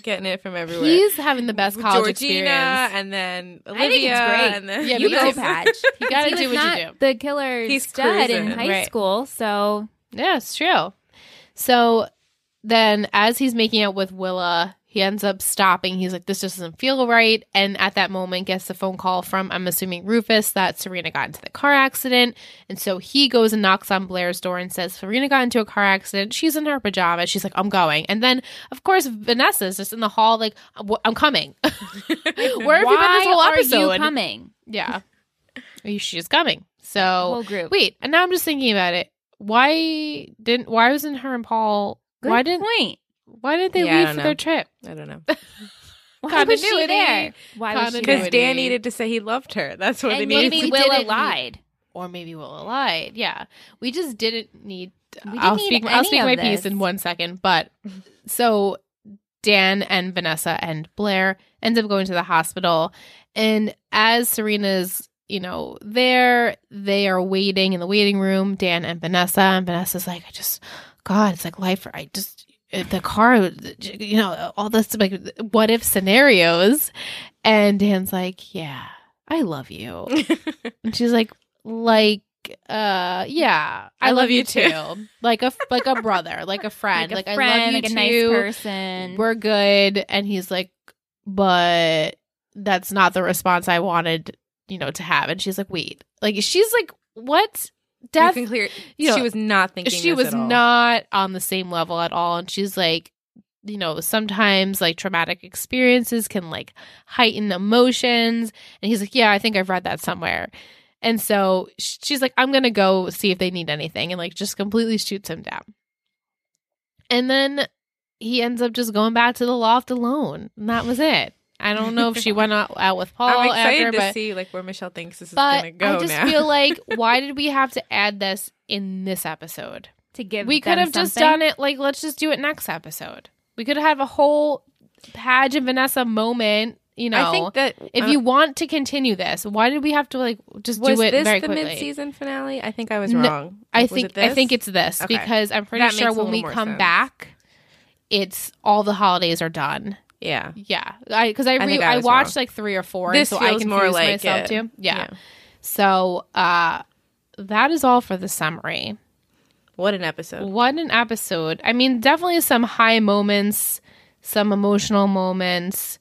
C: getting it from everywhere.
B: He's having the best college
C: Georgina
B: experience.
C: and then Olivia.
A: I think it's great.
C: And then
B: Yeah,
A: you
B: me
A: go,
B: too.
A: Patch.
B: You gotta
A: He
B: do
A: was
B: what you
A: not
B: do.
A: The killer
C: He's
A: stud in
C: cruising,
A: high
B: right.
A: school, so
B: Yeah, it's true. So then, as he's making out with Willa, he ends up stopping. He's like, "This just doesn't feel right." And at that moment, gets the phone call from I'm assuming Rufus that Serena got into the car accident, and so he goes and knocks on Blair's door and says, "Serena got into a car accident. She's in her pajamas. She's like, I'm going." And then, of course, Vanessa's just in the hall, like, "Wh- "I'm coming." Where have you been
A: why
B: this whole
A: are
B: episode?
A: you coming?
B: yeah, she's coming. So
A: Whole group.
B: Oh, Wait, and now I'm just thinking about it. Why didn't why wasn't her and Paul
A: Good
B: why didn't
A: point.
B: why didn't they
C: Yeah, I
B: leave
C: don't
B: for
C: know.
B: their trip?
C: I don't know.
A: Why was she
B: Continuity.
A: there? Why was she
B: Continuity.
A: there?
C: Because
B: would
C: Dan
B: be-
C: needed to say he loved her. That's what they
A: And
C: needed.
A: maybe
B: we
A: Willa
B: didn't-
A: lied.
B: Or maybe Willa lied. Yeah. We just didn't need
A: We didn't
B: I'll
A: need
B: speak I'll
A: any
B: speak
A: of
B: my
A: this.
B: piece in one second, but so Dan and Vanessa and Blair end up going to the hospital and as Serena's you know, there they are waiting in the waiting room, Dan and Vanessa, and Vanessa's like, I just God, it's like life. I just the car, you know, all this like what if scenarios. And Dan's like, yeah, I love you. and she's like, like, uh, yeah, I, love, you too. like a like a brother, like a friend, like,
A: a
B: I love
A: friend,
B: you
A: like a
B: too.
A: nice person.
B: We're good. And he's like, but that's not the response I wanted, you know, to have. And she's like, wait, like she's like, what?
C: you
B: Death
C: can clear.
B: you know,
C: she was not thinking.
B: she
C: this
B: was
C: at all.
B: not on the same level at all and she's like you know sometimes like traumatic experiences can like heighten emotions and he's like yeah i think i've read that somewhere and so sh- she's like i'm gonna go see if they need anything and like just completely shoots him down and then he ends up just going back to the loft alone and that was it i don't know if she went out, out with paul
C: I'm excited
B: after
C: to
B: but
C: see like where Michelle thinks this is
B: but
C: gonna go
B: i just
C: now.
B: feel like why did we have to add this in this episode
A: to give
B: we could have just done it like let's just do it next episode. We could have a whole Padge and Vanessa moment. You know,
C: I think that
B: if
C: uh,
B: you want to continue this, why did we have to like just
C: was
B: do it
C: this
B: very
C: the
B: quickly?
C: mid-season finale, I think I was
B: No,
C: wrong.
B: I
C: Was
B: think
C: it
B: I
C: this?
B: think it's this
C: Okay.
B: because I'm pretty
C: That
B: sure
C: makes a
B: when we
C: little more
B: come
C: sense.
B: back, it's all the holidays are done.
C: yeah.
B: Yeah, I because I re-
C: I
B: I,
C: think I was
B: watched
C: wrong.
B: like three or four,
C: This
B: so I
C: feels
B: can
C: more like
B: myself
C: it.
B: too. Yeah. So uh, that is all for the summary.
C: What an episode.
B: What an episode. I mean, definitely some high moments, some emotional moments.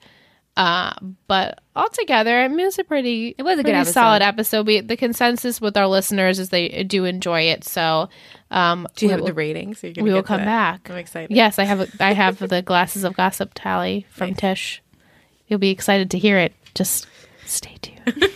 B: Uh, but altogether, I mean, it was a pretty
A: It was a good
B: pretty
A: episode.
B: solid episode. We, the consensus with our listeners is they do enjoy it. So, um,
C: Do you
B: we
C: have
B: will-
C: the ratings? Are you gonna
B: we will
C: get to
B: come
C: that?
B: back.
C: I'm excited.
B: Yes, I have a, I have the glasses of gossip tally from Tish. You'll be excited to hear it. Just stay tuned.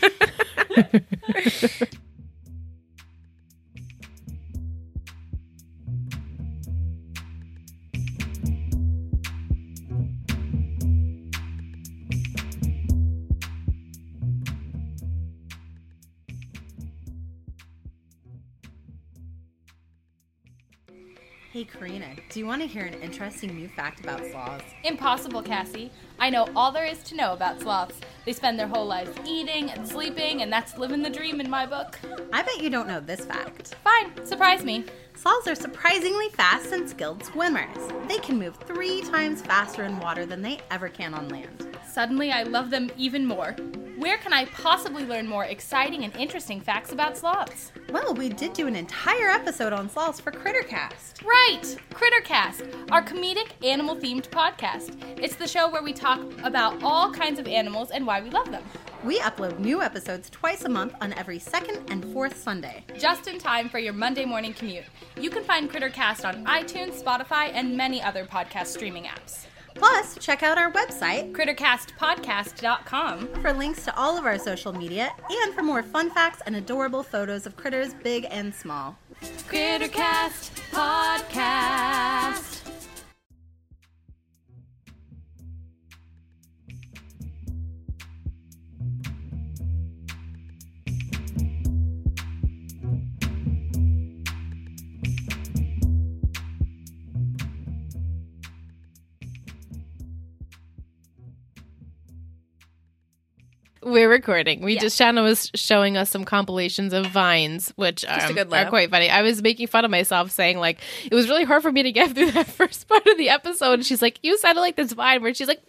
D: Hey Karina, do you want to hear an interesting new fact about sloths?
E: Impossible, Cassie. I know all there is to know about sloths. They spend their whole lives eating and sleeping, and that's living the dream in my book.
D: I bet you don't know this fact.
E: Fine, surprise me.
D: Sloths are surprisingly fast and skilled swimmers. They can move three times faster in water than they ever can on land.
E: Suddenly, I love them even more. Where can I possibly learn more exciting and interesting facts about sloths?
D: Well, we did do an entire episode on sloths for Crittercast.
E: Right! Crittercast, our comedic animal themed podcast. It's the show where we talk about all kinds of animals and why we love them.
D: We upload new episodes twice a month on every second and fourth Sunday.
E: just in time for your Monday morning commute. You can find Crittercast on iTunes, Spotify, and many other podcast streaming apps.
D: Plus, check out our website
E: CrittercastPodcast.com.
D: for links to all of our social media and for more fun facts and adorable photos of critters big and small.
E: Crittercast Podcast.
B: We're recording. We
E: Yeah.
B: just Shanna was showing us some compilations of vines, which
C: a
B: um,
C: good
B: are
C: laugh.
B: quite funny. I was making fun of myself, saying like it was really hard for me to get through that first part of the episode. And she's like, "You sounded like this vine," where she's like,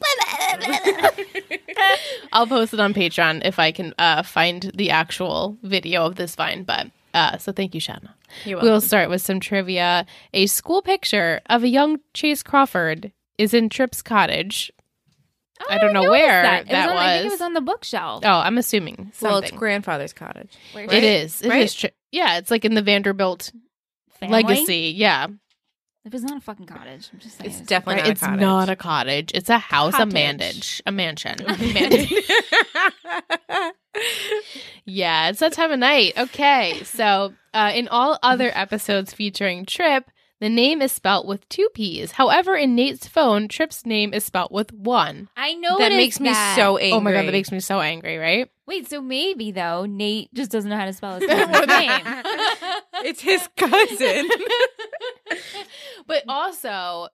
B: "I'll post it on Patreon if I can uh, find the actual video of this vine." But uh, so thank you, Shanna.
C: You're
B: We'll start with some trivia. A school picture of a young Chase Crawford is in Tripp's cottage. I don't know where
A: Oh, that,
B: that
A: was. on- I think it
B: was.
A: was on the bookshelf.
B: Oh, I'm assuming something.
C: Well, it's grandfather's cottage.
B: It is. It is
C: Right?
B: tr- yeah, it's like in the Vanderbilt
A: Family?
B: legacy. Yeah.
A: It was not a fucking cottage. I'm just saying.
C: It's definitely
B: Right?
C: not
B: it's
C: a cottage.
B: not a cottage. It's a house,
A: Cottage.
B: a mandage, a mansion. Mandage. yeah, it's that time of night. Okay. So, uh, in all other episodes featuring Trip, the name is spelt with two P's. However, in Nate's phone, Trip's name is spelt with one.
A: I know
C: Oh, that
A: it is
C: makes me
A: that.
C: so angry.
B: Oh my God, that makes me so angry, right?
A: Wait, so maybe though Nate just doesn't know how to spell his fucking name.
C: it's his cousin.
B: but also,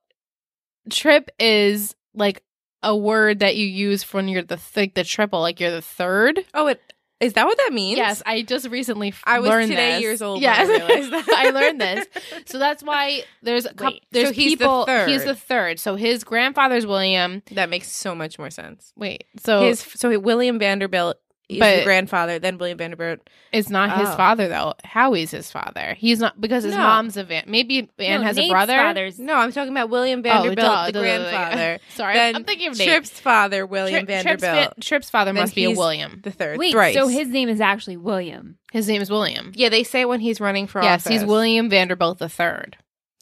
B: trip is like a word that you use when you're the th- like the triple, like you're the third.
C: oh, it is that what that means?
B: Yes, I just recently f-
C: I was
B: learned
C: today
B: this.
C: years old when I
B: Yes,
C: realized that.
B: I learned this. So that's why there's a couple.
A: Wait,
B: There's
C: so he's the
B: people. he's
C: third.
B: the third. So his grandfather's William.
C: that makes so much more sense.
B: Wait, so
C: his so William Vanderbilt is
B: But-
C: the grandfather, then William Vanderbilt.
B: it's not his
C: Oh.
B: father though. Howie's his father. He's not because his
C: No.
B: mom's a van. Maybe Anne
A: No,
B: has
A: Nate's
B: a brother.
A: Father's
C: No, I'm talking about William
B: Oh,
C: Vanderbilt,
B: duh,
C: the
B: duh, duh, duh, duh.
C: grandfather.
B: Sorry, I'm-
C: Then
B: I'm thinking of Nate.
C: Tripp's father, William
B: Tri- Tripp's,
C: Vanderbilt.
B: fa- Tripp's father
C: Then
B: must be a
C: he's-
B: William.
C: the third.
A: Wait,
C: thrice.
A: so his name is actually William.
B: His name is William.
C: yeah, they say when he's running for
B: yes,
C: office.
B: he's William Vanderbilt the third.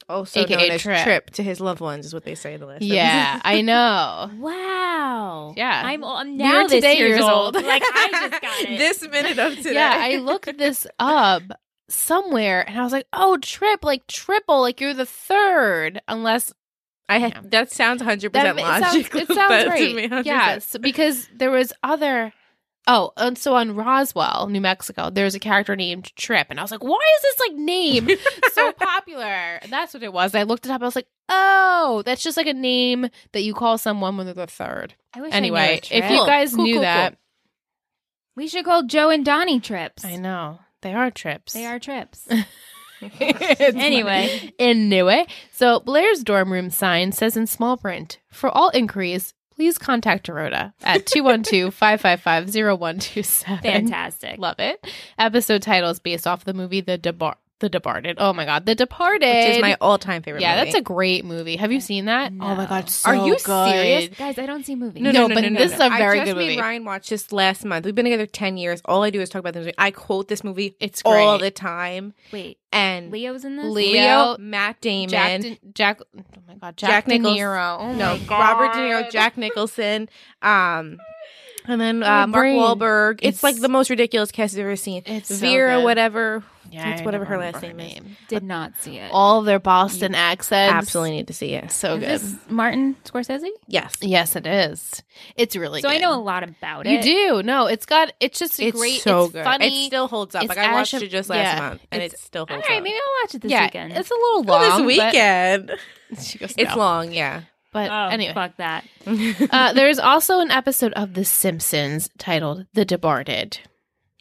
C: also
B: AKA
C: known as
B: Tripp.
C: Trip. to his loved ones, is what they say in the list.
B: Yeah, I know.
A: Wow.
B: Yeah.
A: I'm, I'm
B: You're
A: now this
B: today
A: years,
B: years
A: old.
B: old.
A: Like I just got it.
C: this minute of today.
B: Yeah, I looked this up somewhere, and I was like, "Oh, trip, like triple, like you're the third, unless
C: I had, that sounds 100
B: that
C: percent
B: ma- it sounds,
C: logical.
B: it sounds
C: That to
B: right.
C: me, 100%.
B: Yes, because there was other. Oh, and so on Roswell, New Mexico, there's a character named Trip, and I was like, "Why is this like name so popular?" And that's what it was. I looked it up. I was like, "Oh, that's just like a name that you call someone when they're the third.
A: I wish I knew
B: Anyway,
A: a
B: if
A: trip.
B: you
C: Cool.
B: guys
C: Cool,
B: knew
C: cool,
B: that,
A: we should call Joe and Donnie trips.
B: I know they are trips.
A: They are trips. Anyway.
B: anyway, anyway, so Blair's dorm room sign says in small print, for all inquiries, please contact Dorota at 212-555-0127.
A: Fantastic.
B: Love it. Episode title is based off the movie The Debar- The Departed. Oh my god, The Departed.
C: Which is my all-time favorite.
B: yeah,
C: movie.
B: that's a great movie. Have you seen that? Oh my
A: No.
B: god, so
C: Are you
B: good.
C: serious?
A: Guys, I don't see movies.
B: No, no, but this is a very
C: I just
B: good
C: made
B: movie.
C: Ryan watch this last month. We've been together ten years. All I do is talk about this movie. I quote this movie
B: It's great.
C: all the time.
A: Wait,
C: And
A: Leo's in this?
B: Leo,
C: Leo, Matt Damon,
B: Jack, De- Jack, oh my god, Jack,
C: Jack
B: De
C: Nichols-
B: Niro. Oh
C: no,
B: my god.
C: Robert De Niro, Jack Nicholson, um, and then
B: My
C: uh, Mark
B: brain.
C: Wahlberg. It's,
B: It's-
C: like the most ridiculous cast I've ever seen.
B: It's so
C: Vera,
B: good.
C: whatever.
B: Yeah,
C: it's
B: I
C: whatever
B: never
C: her last
B: remember
C: name is.
A: Did not see it.
B: All their Boston accents.
C: Absolutely need to see it.
B: So
A: Is
B: good.
A: this Martin Scorsese?
C: Yes,
B: Yes, it is. It's really
A: so
B: good.
A: I know a lot about
B: you
A: it.
B: do. No, it's got. It's just a
C: it's
B: great.
C: so
B: it's
C: good.
B: Funny.
C: It still holds up.
B: It's
C: Like I watched
B: action-
C: it just last
B: yeah.
C: month, and
B: It's-
C: it still
A: All
C: holds
A: right,
C: up.
A: maybe I'll watch it this
B: yeah,
A: weekend.
B: it's a little long.
C: Oh, this
B: but-
C: weekend.
B: she goes,
C: It's
B: "No."
C: long, yeah.
B: But
A: oh,
B: anyway,
A: fuck that.
B: uh, there's also an episode of The Simpsons titled "The Departed"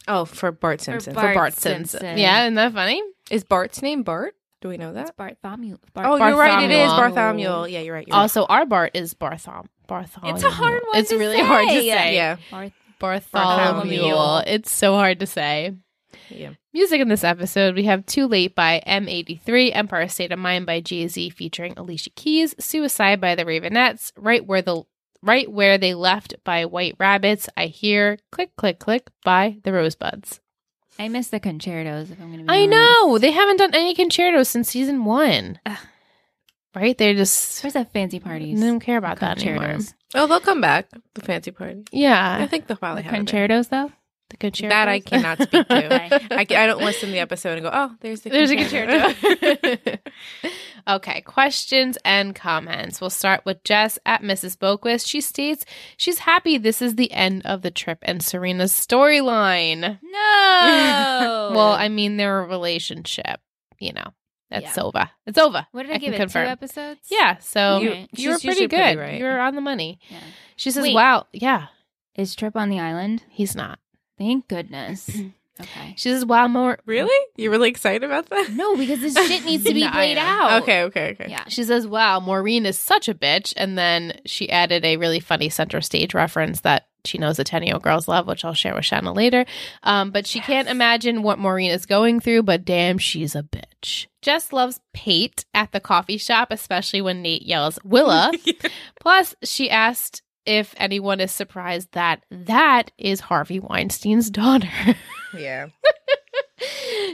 C: oh, for Bart Simpson.
A: Bart
B: for Bart Simpson.
A: Simpson.
B: Yeah, isn't that funny?
C: Is Bart's name Bart? Do we know
A: It's
C: that?
A: Bartholomew.
C: Oh, you're right. It is
A: Bartholomew.
C: Bartholomew. Yeah, you're right. You're
B: Also, our Bart is Barthom. Bartholomew.
A: It's a hard one
B: It's
A: to
B: really hard to
A: say.
B: say.
C: right. Yeah.
A: Barth-
B: Bartholomew.
C: Bartholomew.
B: It's so hard to say.
C: yeah.
B: Music in this episode, we have Too Late by M83, Empire State of Mind by Jay-Z featuring Alicia Keys, Suicide by the Ravenettes, Right Where the Right Where They Left by White Rabbits, I Hear, Click Click Click by the Rosebuds.
A: I miss the concertos. If I'm gonna be,
B: I
A: honest.
B: know. They haven't done any concertos since season one.
A: Ugh.
B: Right? They're just
A: Where's that fancy
B: they
A: parties?
B: don't care about that anymore.
A: concertos.
C: Oh, they'll come back. The fancy party. I
B: Yeah.
C: think they'll
A: The
C: probably have it.
A: concertos, though.
B: The concertos.
C: That I cannot speak to.
A: Okay.
C: I, ca- I don't listen to the episode and go, oh, there's the
B: There's a
C: concerto.
B: concerto. okay, questions and comments. We'll start with Jess at Mrs. Boquist. She states she's happy this is the end of the trip and Serena's storyline.
A: No.
B: Well, I mean their relationship, you know. That's
A: Yeah.
B: over. It's over.
A: what did I,
B: I can
A: give it?
B: confirm.
A: Two episodes.
B: Yeah, so
A: You-
B: you, you were
C: she's
B: pretty
C: usually
B: good.
C: pretty right.
B: You were on the money.
A: Yeah.
B: She says,
A: Wait.
B: "Wow, yeah,
A: Is Trip on the island?
B: He's not.
A: Thank goodness. Okay.
B: She says, while more.
C: Really? You really excited about that?
A: No, because this shit needs to be
B: No, I
A: played
B: am.
A: out.
C: Okay, okay, okay.
A: Yeah.
B: She says, wow, Maureen is such a bitch. And then she added a really funny center stage reference that she knows the 10 year old girls love, which I'll share with Shanna later. Um, but she can't imagine what Maureen is going through, but damn, she's a bitch. Jess loves Pate at the coffee shop, especially when Nate yells, Willa. Plus, she asked if anyone is surprised that that is Harvey Weinstein's daughter.
C: Yeah.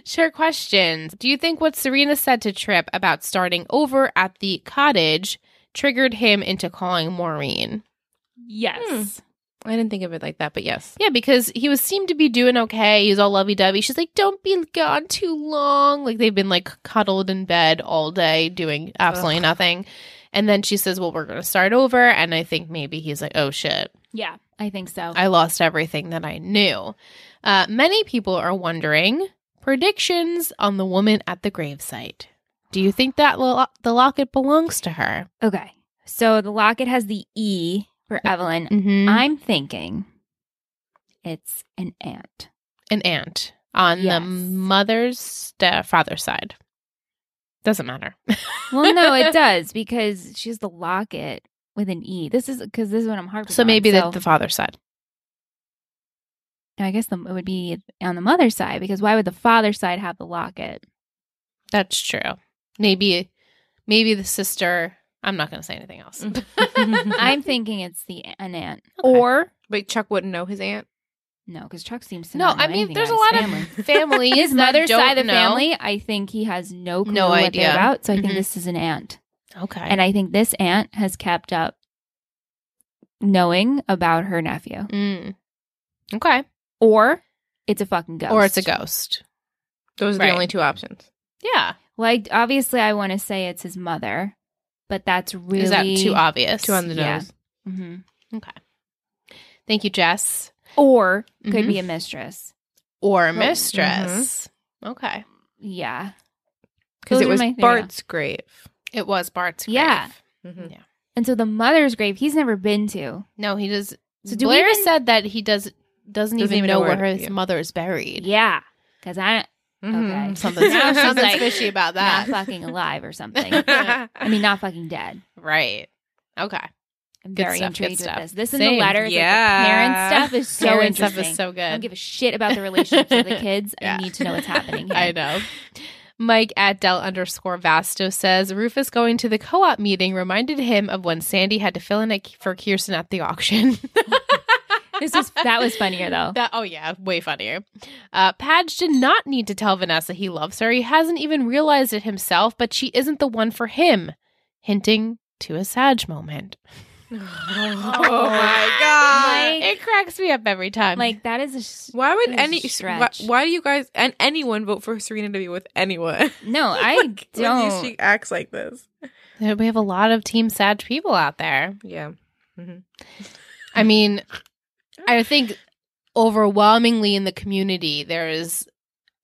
B: Sure questions. Do you think what Serena said to Trip about starting over at the cottage triggered him into calling Maureen?
A: Yes.
C: I didn't think of it like that, but yes.
B: Yeah, because he was seemed to be doing okay. He was all lovey dovey. She's like, "Don't be gone too long." Like they've been like cuddled in bed all day doing absolutely
C: Ugh.
B: nothing. And then she says, "Well, we're going to start over." And I think maybe he's like, "Oh shit."
A: Yeah. I think so.
B: I lost everything that I knew. Uh, many people are wondering predictions on the woman at the gravesite. Do you think that lo- the locket belongs to her?
A: okay. So the locket has the E for Evelyn.
B: Mm-hmm.
A: I'm thinking it's an ant.
B: An aunt on
A: Yes.
B: the mother's da- father's side. Doesn't matter.
A: Well, no, it does because she has the locket with an E. This is because this is what I'm harping
B: So
A: on.
B: maybe
A: So-
B: the, the father's side.
A: I guess the, it would be on the mother's side because why would the father's side have the locket?
B: That's true. Maybe, maybe the sister. I'm not going to say anything else.
A: Mm, I'm thinking it's the an aunt.
B: Or
C: But Chuck wouldn't know his aunt.
A: No, because Chuck seems to
B: no,
A: not know
B: I mean,
A: anything
B: there's a
A: about
B: lot
A: his
B: of
A: family.
B: families.
A: his
B: that
A: mother's
B: don't
A: side of the
B: know.
A: family. I think he has no clue
B: No
A: what
B: idea.
A: they're about. So I
B: Mhm.
A: think this is an aunt,
B: Okay,
A: and I think this aunt has kept up knowing about her nephew,
B: Mm. Okay.
A: or it's a fucking ghost,
B: Or it's a ghost.
C: Those are
B: Right.
C: the only two options.
B: Yeah.
A: Like obviously, I want to say it's his mother, but that's really
B: Is that too obvious?
C: Two on the
A: Yeah.
C: nose.
A: hmm
B: okay. Thank you, Jess.
A: Or could
B: Mhm.
A: be a mistress.
B: Or
A: Oh, mm-hmm.
B: a mistress. Okay.
A: Yeah.
C: Because
A: Those
C: it
A: are
C: was
A: my three, yeah.
C: Bart's grave.
B: It was Bart's. grave.
A: Yeah.
C: Mhm.
A: And so the mother's grave he's never been to.
B: No, he does.
A: So
B: So
A: do we
B: Blair
A: even-
B: said that he does doesn't, even, know where his
C: yeah.
B: mother is buried.
A: Yeah. Cause I
C: Mhm.
A: Okay.
B: Something's,
A: Now she's
B: something's
A: like,
B: fishy about
A: not
B: that.
A: fucking alive or something. I
C: I
A: mean, not fucking dead.
B: right. Okay.
A: I'm
B: Good
A: very
B: stuff, good
A: intrigued with
B: stuff.
A: this. This and
B: Same.
A: the letters,
C: Yeah.
A: like the parent stuff is so
B: Karen stuff
A: interesting.
B: is so
A: I don't
B: good.
A: give a shit about the relationships of the kids.
B: Yeah.
A: I need to know what's happening. Here.
B: I know. Mike at Del underscore Vasto says Rufus going to the co op meeting reminded him of when Sandy had to fill in at, for Kirsten at the auction.
A: This was that was funnier though.
B: That, oh yeah, way funnier. Uh, Padge did not need to tell Vanessa he loves her. He hasn't even realized it himself, but she isn't the one for him, hinting to a Sag moment.
C: Oh my god.
A: Like-
B: Uh, it cracks me up every time.
A: Like that is a s-
C: Why
A: It
C: would
A: was
C: any
A: a
C: why,
A: stretch.
C: why do you guys and anyone vote for Serena to be with anyone?
A: no. I
C: Like, when
A: don't.
C: you- she acts like this.
B: we have a lot of Team Sag people out there.
C: Yeah.
B: I mean, I think overwhelmingly in the community there is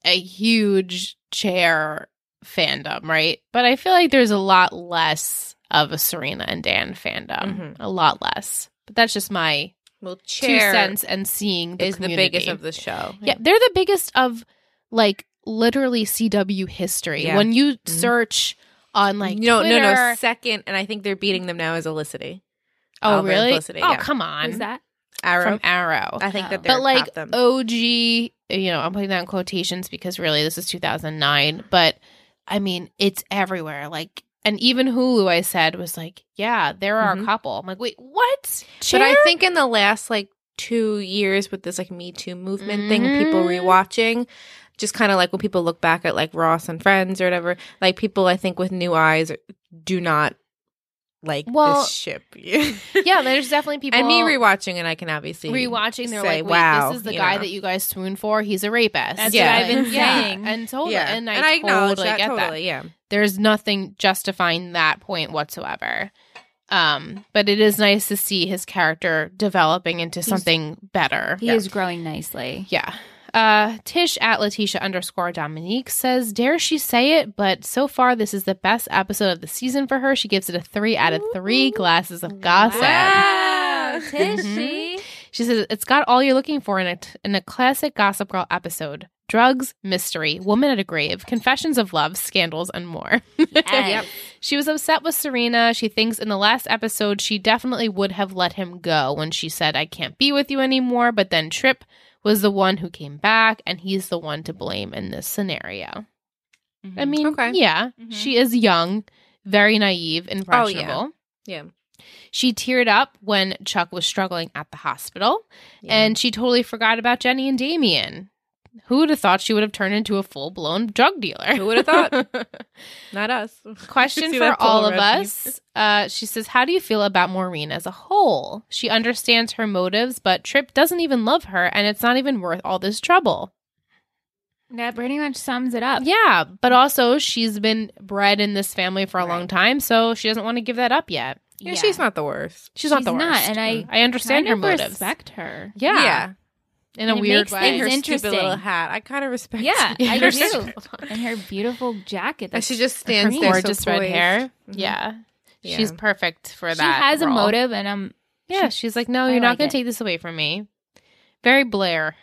B: a huge chair fandom, right? But I feel like there's a lot less of a Serena and Dan fandom,
C: Mhm.
B: a lot less. But that's just my
C: Well,
B: two cents and seeing the
C: is the
B: community.
C: biggest of the show.
B: Yeah, they're the biggest of like literally CW history.
C: Yeah. Mm-hmm.
B: When you search on like
C: no, no, no.
B: Twitter-
C: Second, and I think they're beating them now is Elicity.
B: oh
C: Auburn
B: really?
C: Felicity,
B: oh
C: yeah.
B: come on,
A: Who's that?
C: Arrow.
B: from Arrow.
C: I think
A: Oh.
C: that they're
B: but like
C: top them.
B: OG, you know, I'm putting that in quotations because really this is 2009, but I mean, it's everywhere. Like, and even Hulu, I said, was like, yeah, there are a
C: Mhm.
B: couple. I'm like, wait, what?
C: But I
B: Cher?
C: think in the last like two years with this like Me Too movement thing, people
B: Mhm.
C: rewatching, just kind of like when people look back at like Ross and Friends or whatever, like people I think with new eyes do not like
B: Well,
C: this ship. yeah,
B: yeah, there's definitely people.
C: and me rewatching and I can obviously
B: rewatching. They're like,
C: say,
B: wait,
C: wow,
B: this is the
C: you
B: guy
C: know.
B: that you guys swoon for. He's a rapist.
A: That's
C: what Yeah.
A: I've been
B: Yeah.
A: saying.
B: And totally,
C: yeah,
B: and I, acknowledge totally get that.
C: totally. Yeah,
B: there's nothing justifying that point whatsoever. Um, but it is nice to see his character developing into something better.
A: He is growing nicely.
B: Yeah. Uh, Tish at Letitia underscore Dominique says, Dare she say it? But so far, this is the best episode of the season for her. She gives it a three out of three glasses of gossip.
A: Wow,
B: Mm-hmm.
C: Wow.
A: Tishy.
B: She says it's got all you're looking for in a in a classic Gossip Girl episode: drugs, mystery, woman at a grave, confessions of love, scandals, and more.
C: Yep.
B: She was upset with Serena. She thinks in the last episode she definitely would have let him go when she said, I can't be with you anymore. But then Trip was the one who came back, and he's the one to blame in this scenario. I mean,
C: Okay.
B: yeah,
E: Mhm.
B: she is young, very naive,
C: Oh, yeah.
B: impressionable.
C: Yeah.
B: She teared up when Chuck was struggling at the hospital, and she totally forgot about Jenny and Damien. Who would have thought she would have turned into a full blown drug dealer?
C: Who would've thought? not us.
B: Question
C: See
B: for
C: that
B: all of
C: Polaroid
B: us. Uh, she says, How do you feel about Maureen as a whole? She understands her motives, but Trip doesn't even love her, and it's not even worth all this trouble.
A: That pretty much sums it up.
B: Yeah, but also she's been bred in this family for a long
A: Right.
B: time, so she doesn't want to give that up yet.
C: Yeah, she's not the worst.
B: She's, not the worst.
A: and I
B: I understand
A: kind
B: her
A: of
B: motives.
A: respect her.
B: Yeah.
C: Yeah.
B: In a
A: And it
B: weird
A: makes
B: way.
A: things
C: her
A: interesting.
C: stupid little hat. I kind of respect.
A: Yeah,
C: it.
A: I
B: Her
A: do. And her beautiful jacket.
C: And
A: that
C: she just stands
A: her
C: there,
B: gorgeous
C: so
B: red
C: poised.
B: hair.
C: Mhm.
B: Yeah.
C: Yeah.
B: She's perfect for
A: she
B: that.
A: has a
B: role.
A: motive, and um, I'm
B: Yeah, she's like, no,
A: I
B: you're not
A: like
B: going
A: it.
B: to take this away from me. Very Blair,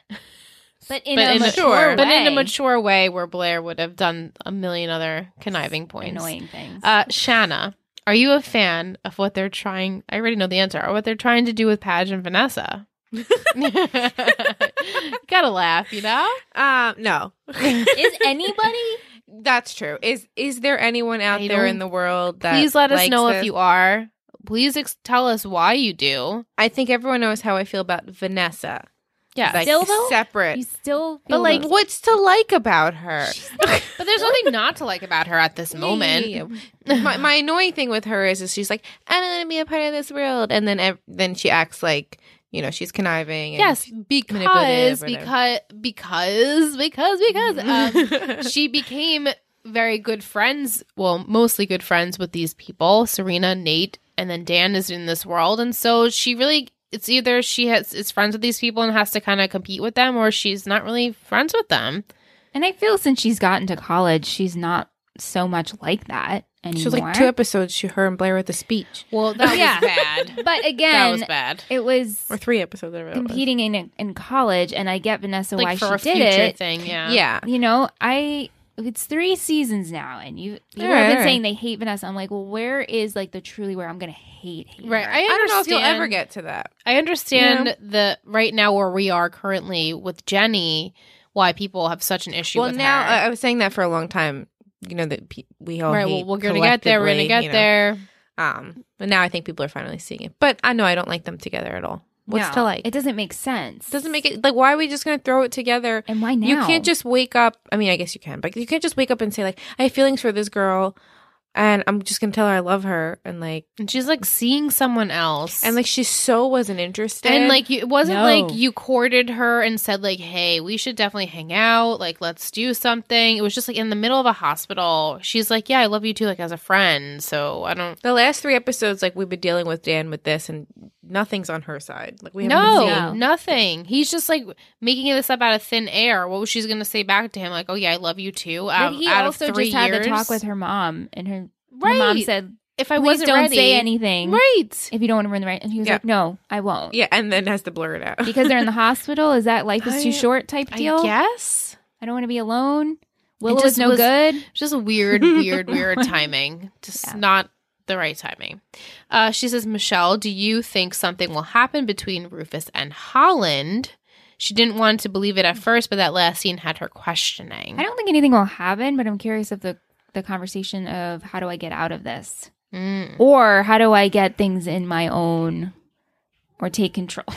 A: but in
B: But
A: a
B: in a-
A: mature
C: Sure.
B: but in a
A: way.
B: mature way, where Blair would have done a million other conniving points.
A: annoying things.
B: Uh, Shanna, are you a fan of what they're trying? I already know the answer. Or what they're trying to do with Page and Vanessa? Gotta laugh, you know.
C: Um, no,
A: is anybody?
C: that's true. Is is there anyone out
B: I
C: there in
B: don't-
C: the world that
B: Please let us
C: likes
B: know if
C: this?
B: you are. Please ex- tell us why you do.
C: I think everyone knows how I feel about Vanessa.
B: Yeah,
C: Like
A: Still, though?
C: separate.
A: You still,
B: But,
A: feel
B: like,
A: those-
C: What's to like about her?
B: but there's nothing not to like about her at this moment.
C: Yeah, yeah, yeah. my, my annoying thing with her is, is she's like, I don't want to be a part of this world, and then ev- then she acts like you know she's conniving. And
B: Yes,
C: she's
B: because
C: manipulative or
B: because because because because um,
C: whatever.
B: she became very good friends. Well, mostly good friends with these people, Serena, Nate, and then Dan is in this world, and so she really. It's either she has is friends with these people and has to kind of compete with them, or she's not really friends with them.
A: And I feel since she's gotten to college, she's not so much like that
C: she
A: anymore.
C: was like two episodes. She her and Blair with the speech,
B: Well, that
A: Yeah.
B: was bad.
A: but
B: that was
A: again,
B: bad.
A: it was
C: or three episodes. Whatever it was.
A: competing in in college, and I get Vanessa why
B: like
A: she
B: for a
A: did
B: future
A: it.
B: thing, yeah,
C: Yeah,
A: You know, I it's three seasons now, and you people
C: Right,
A: have been
C: right.
A: saying they hate Vanessa. I'm like, well, where is like the truly where I'm gonna hate? hate
B: Right,
A: her?
B: I
C: I don't know if you'll
B: understand.
C: ever get to that.
B: I understand the right now where we are currently with Jenny, why people have such an issue.
C: well,
B: with
C: now uh,
B: her.
C: I, I was saying that for a long time. You know that pe- we all
B: right, well,
C: hate
B: we're gonna get there. We're gonna
C: collectively,
B: get
C: you know.
B: there.
C: Um, but now I think people are finally seeing it. But I know I don't like them together at all. What's
A: No,
C: to like?
A: It
C: It
A: doesn't make sense.
C: doesn't make it like. Why are we just gonna throw it together
A: And why now?
C: You can't just wake up. I mean, I guess you can, but you can't just wake up and say like, "I have feelings for this girl," and I'm just gonna tell her I love her, and like,
B: And she's like seeing someone else,
C: and like she so wasn't interested,
B: and like you, it wasn't
A: No.
B: like you courted her and said like, "Hey, we should definitely hang out. Like, let's do something." It was just like in the middle of a hospital. She's like, "Yeah, I love you too, like as a friend." So I don't.
C: the last three episodes, like we've been dealing with Dan with this, and nothing's on her side. Like we haven't
B: No,
C: seen.
A: seen-
B: nothing. He's just like making this up out of thin air. What was she's gonna say back to him? Like, "Oh yeah, I love you too."
A: But
B: Um,
A: he
B: out
A: also
B: of three
A: just had
B: years.
A: to talk with her mom, and her,
B: Right.
A: her mom said,
B: if I
A: "Please
B: wasn't
A: don't
B: ready,
A: say anything,
B: Right.
A: if you don't want to ruin the right." And he was
C: Yeah.
A: like, "No, I won't."
C: Yeah, and then has to blur it out
A: because they're in the hospital. Is that life is
C: I-
A: too short type deal?
B: I guess.
A: I don't want to be alone. Willow
B: just
A: is no
B: was-
A: good.
B: Just weird, weird, weird timing. Just
A: Yeah.
B: not the right timing. Uh, she says, Michelle, do you think something will happen between Rufus and Holland? She didn't want to believe it at first, but that last scene had her questioning.
A: I don't think anything will happen, but I'm curious of the the conversation of how do I get out of this,
B: Mm.
A: or how do I get things in my own, or take control.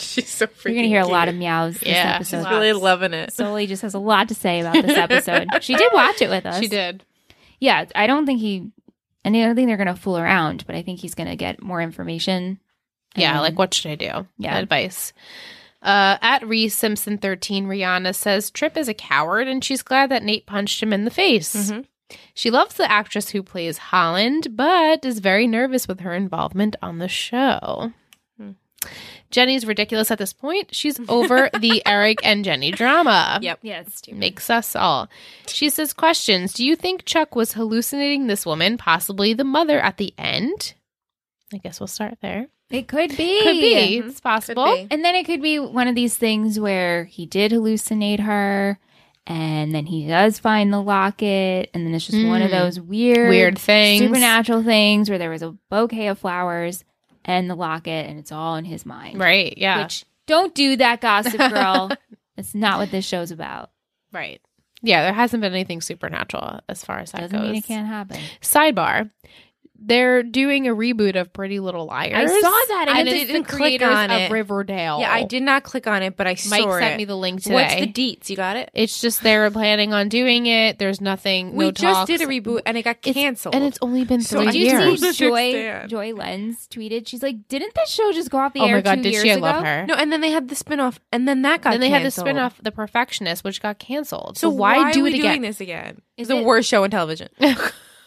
C: she's so freaking.
A: You're gonna hear a lot of
C: cute.
A: meows this
B: Yeah, she's
A: episode.
C: She's really loving it.
A: Soli just has a lot to say about this episode. she did watch it with us.
B: She did.
A: Yeah, I don't think he. And I don't think they're gonna fool around, but I think he's gonna get more information.
B: Yeah,
A: And-
B: like what should I do?
A: Yeah.
B: Advice. Uh, at Reese Simpson 13, Rihanna says Trip is a coward and she's glad that Nate punched him in the face.
C: Mhm.
B: She loves the actress who plays Holland, but is very nervous with her involvement on the show.
C: Hmm.
B: Jenny's ridiculous at this point. She's over the Eric and Jenny drama.
C: Yep.
A: yeah, it's stupid.
B: Makes us all. She says, Questions. Do you think Chuck was hallucinating this woman, possibly the mother, at the end? I guess we'll start there.
A: It could be.
B: Could be. It's possible.
C: Could be.
A: And then it could be one of these things where he did hallucinate her and then he does find the locket and then it's just one of
B: Mm.
A: those weird
B: Weird things.
A: supernatural things where there was a bouquet of flowers and the locket and it's all in his mind.
B: Right. Yeah.
A: Which don't do that gossip girl. That's not what this show's about.
B: right. Yeah. There hasn't been anything supernatural as far as that
A: Doesn't
B: goes.
A: mean it can't happen.
B: Sidebar. They're doing a reboot of Pretty Little Liars.
A: I saw that
B: And
A: and
B: it's
C: I
A: it
C: did-
B: the
C: didn't click
B: creators
C: on
B: of
C: it.
B: Riverdale.
C: Yeah, I did not click on it, but I
B: Oh. Mike
C: saw
B: sent
C: it.
B: me the link today.
C: What's the deets? You got it?
B: It's just they're planning on doing it. There's nothing.
C: we
B: no
C: just
B: talks.
C: did a reboot and it got
B: It's-
C: canceled.
B: and it's only been
C: So
B: three
C: I
A: did you
B: years.
A: see
C: don't
A: Joy
C: understand.
A: Joy Lenz tweeted? She's like, didn't this show just go off the
B: oh
A: air?
B: my god,
A: two
B: did
A: years
B: she? I
A: ago?
B: love her.
C: no, and then they had the spinoff, and then that got.
B: then they
C: canceled.
B: had the spinoff, The Perfectionist, which got canceled.
C: So why,
B: do
C: are we
B: it
C: doing
B: again?
C: this again?
A: Is
C: It's the
A: it-
C: worst show on television.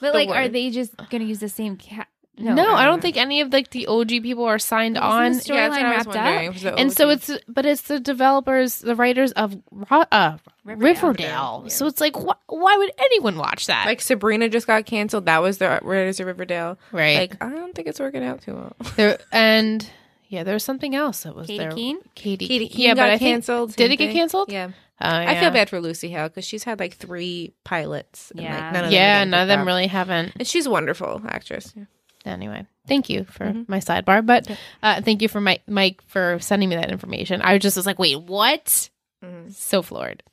A: But
C: The
A: like, are
C: word.
A: they just going to use the same cat?
B: No, I don't think any of like the OG people are signed
A: Isn't the
B: on.
C: yeah, that's
A: storyline
C: what I was
A: wrapped up?
C: wondering. It was the
B: and so
C: OG.
B: it's but it's the developers, the writers of Ro- uh, Riverdale.
C: Yeah.
B: So it's like, wh- why would anyone watch that?
C: like Sabrina just got canceled. That was the Raiders of Riverdale.
B: right?
C: Like I don't think it's working out too well.
B: there and yeah, there was something else that was
A: Katie
B: there.
A: Keene?
B: Katie,
C: Katie
B: yeah,
C: Keene
B: but
C: got
B: I think-
C: canceled,
B: Did
C: same
B: it get
C: thing.
B: canceled?
C: Yeah.
B: Oh,
C: I
B: yeah.
C: feel bad for Lucy Hale because she's had like three pilots. And,
A: Yeah.
C: like, none of them
B: Yeah,
C: getting
B: none of
C: picked
B: them
C: up.
B: really haven't.
C: And she's a wonderful actress.
B: Anyway, thank you for
A: Mm-hmm.
B: my sidebar, but uh, thank you for my Mike for sending me that information. I just was like, wait, what?
A: Mm-hmm.
B: So floored.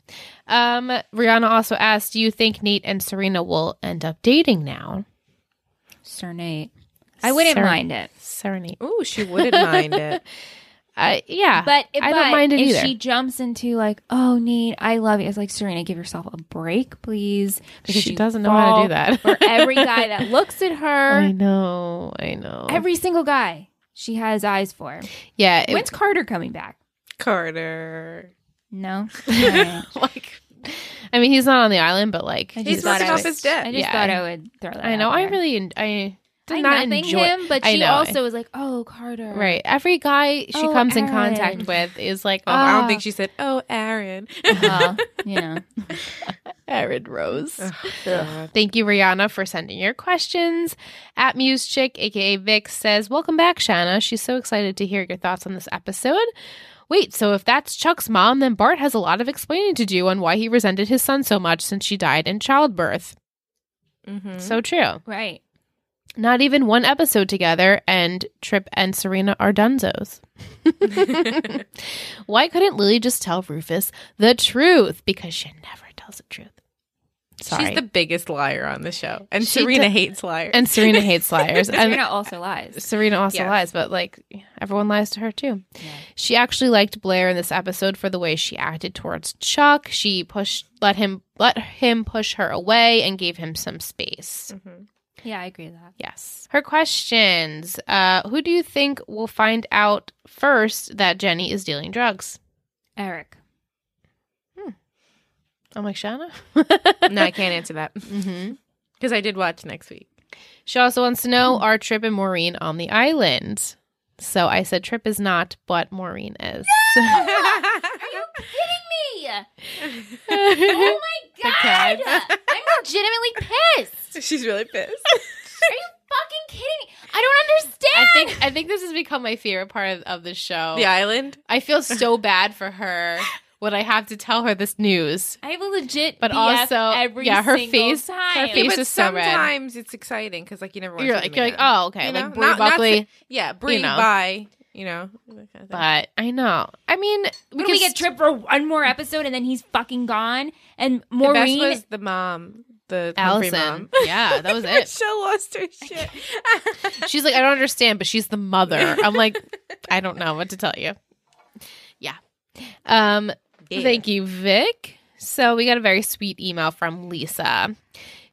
B: Um, Rihanna also asked, "Do you think Nate and Serena will end up dating now?"
A: Sir Nate. I wouldn't
B: Sir-
A: mind it.
B: Serenade.
C: Ooh, she wouldn't mind it.
B: Uh, yeah,
A: But,
B: I
A: but
B: don't mind it
A: if
B: either.
A: she jumps into like, oh, Nate, I love you. It's like, Serena, give yourself a break, please.
B: She
A: you
B: doesn't know how
A: fall
B: to do that.
A: for every guy that looks at
B: I
A: her,
B: know, I know.
A: every single guy she has eyes for.
B: yeah, it,
A: When's Carter coming back?
C: Carter.
A: No. All right.
B: like, I mean, he's not on the island, but like,
A: I
C: He's
A: just thought
C: living
A: I
C: off
A: was-
C: his debt.
A: I just
B: Yeah.
A: thought I would throw that.
B: I know.
A: out
B: I
A: there.
B: really, en- I did
A: I
B: not
A: nothing
B: enjoy
A: him, but
B: I
A: she
B: know, I-
A: also was like, "Oh, Carter."
B: Right. Every guy she
A: Oh,
B: comes in
A: Aaron.
B: contact with is like,
C: Oh, I don't
B: "Ah,
C: think she said, "Oh, Aaron."
A: Well, you know.
B: Aaron Rose.
C: God.
B: Thank you, Rihanna, for sending your questions. At Muse Chick, aka Vic, says, Welcome back, Shanna. She's so excited to hear your thoughts on this episode. Wait, so if that's Chuck's mom, then Bart has a lot of explaining to do on why he resented his son so much since she died in childbirth.
C: Mhm.
B: So true.
A: Right.
B: Not even one episode together, and Trip and Serena are dunzos. Why couldn't Lily just tell Rufus the truth? Because she never tells the truth. Sorry.
C: She's the biggest liar on the show, and
B: She
C: Serena
B: d-
C: hates liars.
B: and Serena hates liars. and
A: Serena also lies.
B: Serena also
C: Yes.
B: lies, but like everyone lies to her too. She actually liked Blair in this episode for the way she acted towards Chuck. She pushed let him let him push her away and gave him some space.
A: Yeah, I agree with that.
B: Yes. Her questions. Uh, who do you think will find out first that Jenny is dealing drugs?
A: Eric.
B: I'm like, Shanna?
C: no, I can't answer that
B: hmm
C: because I did watch next week.
B: She also wants to know are Trip and Maureen on the island? So I said Trip is not, but Maureen is.
A: Kidding me? Oh my god! I'm legitimately pissed.
C: She's really pissed.
A: Are you fucking kidding me? I don't
B: I
A: understand.
B: think I think this has become my favorite part of, of the show.
C: The island.
B: I feel so bad for her when I have to tell her this news.
A: I have a legit,
B: But also, yeah, her face, her
A: time.
B: face
C: but
B: is so red.
C: sometimes it's exciting because like you never. want
B: You're
C: to see
B: like,
C: them
B: you're like,
C: again.
B: oh, okay,
C: You know?
B: like Bree
C: Not- not to-
B: Buckley.
C: yeah, Bree,
B: know.
C: bye. You know, that kind of thing.
B: But I know. I mean,
A: We,
B: can
A: we get
B: st-
A: Trip for one more episode and then he's fucking gone. And
C: the best
A: Maureen,
C: was the mom, the Humphrey
B: Allison.
C: mom.
B: Yeah, that was it.
C: she lost her shit.
B: She's like, I don't understand, but she's the mother. I'm like, I don't know what to tell you. Yeah. Um, Thank you, Vic. So we got a very sweet email from Lisa.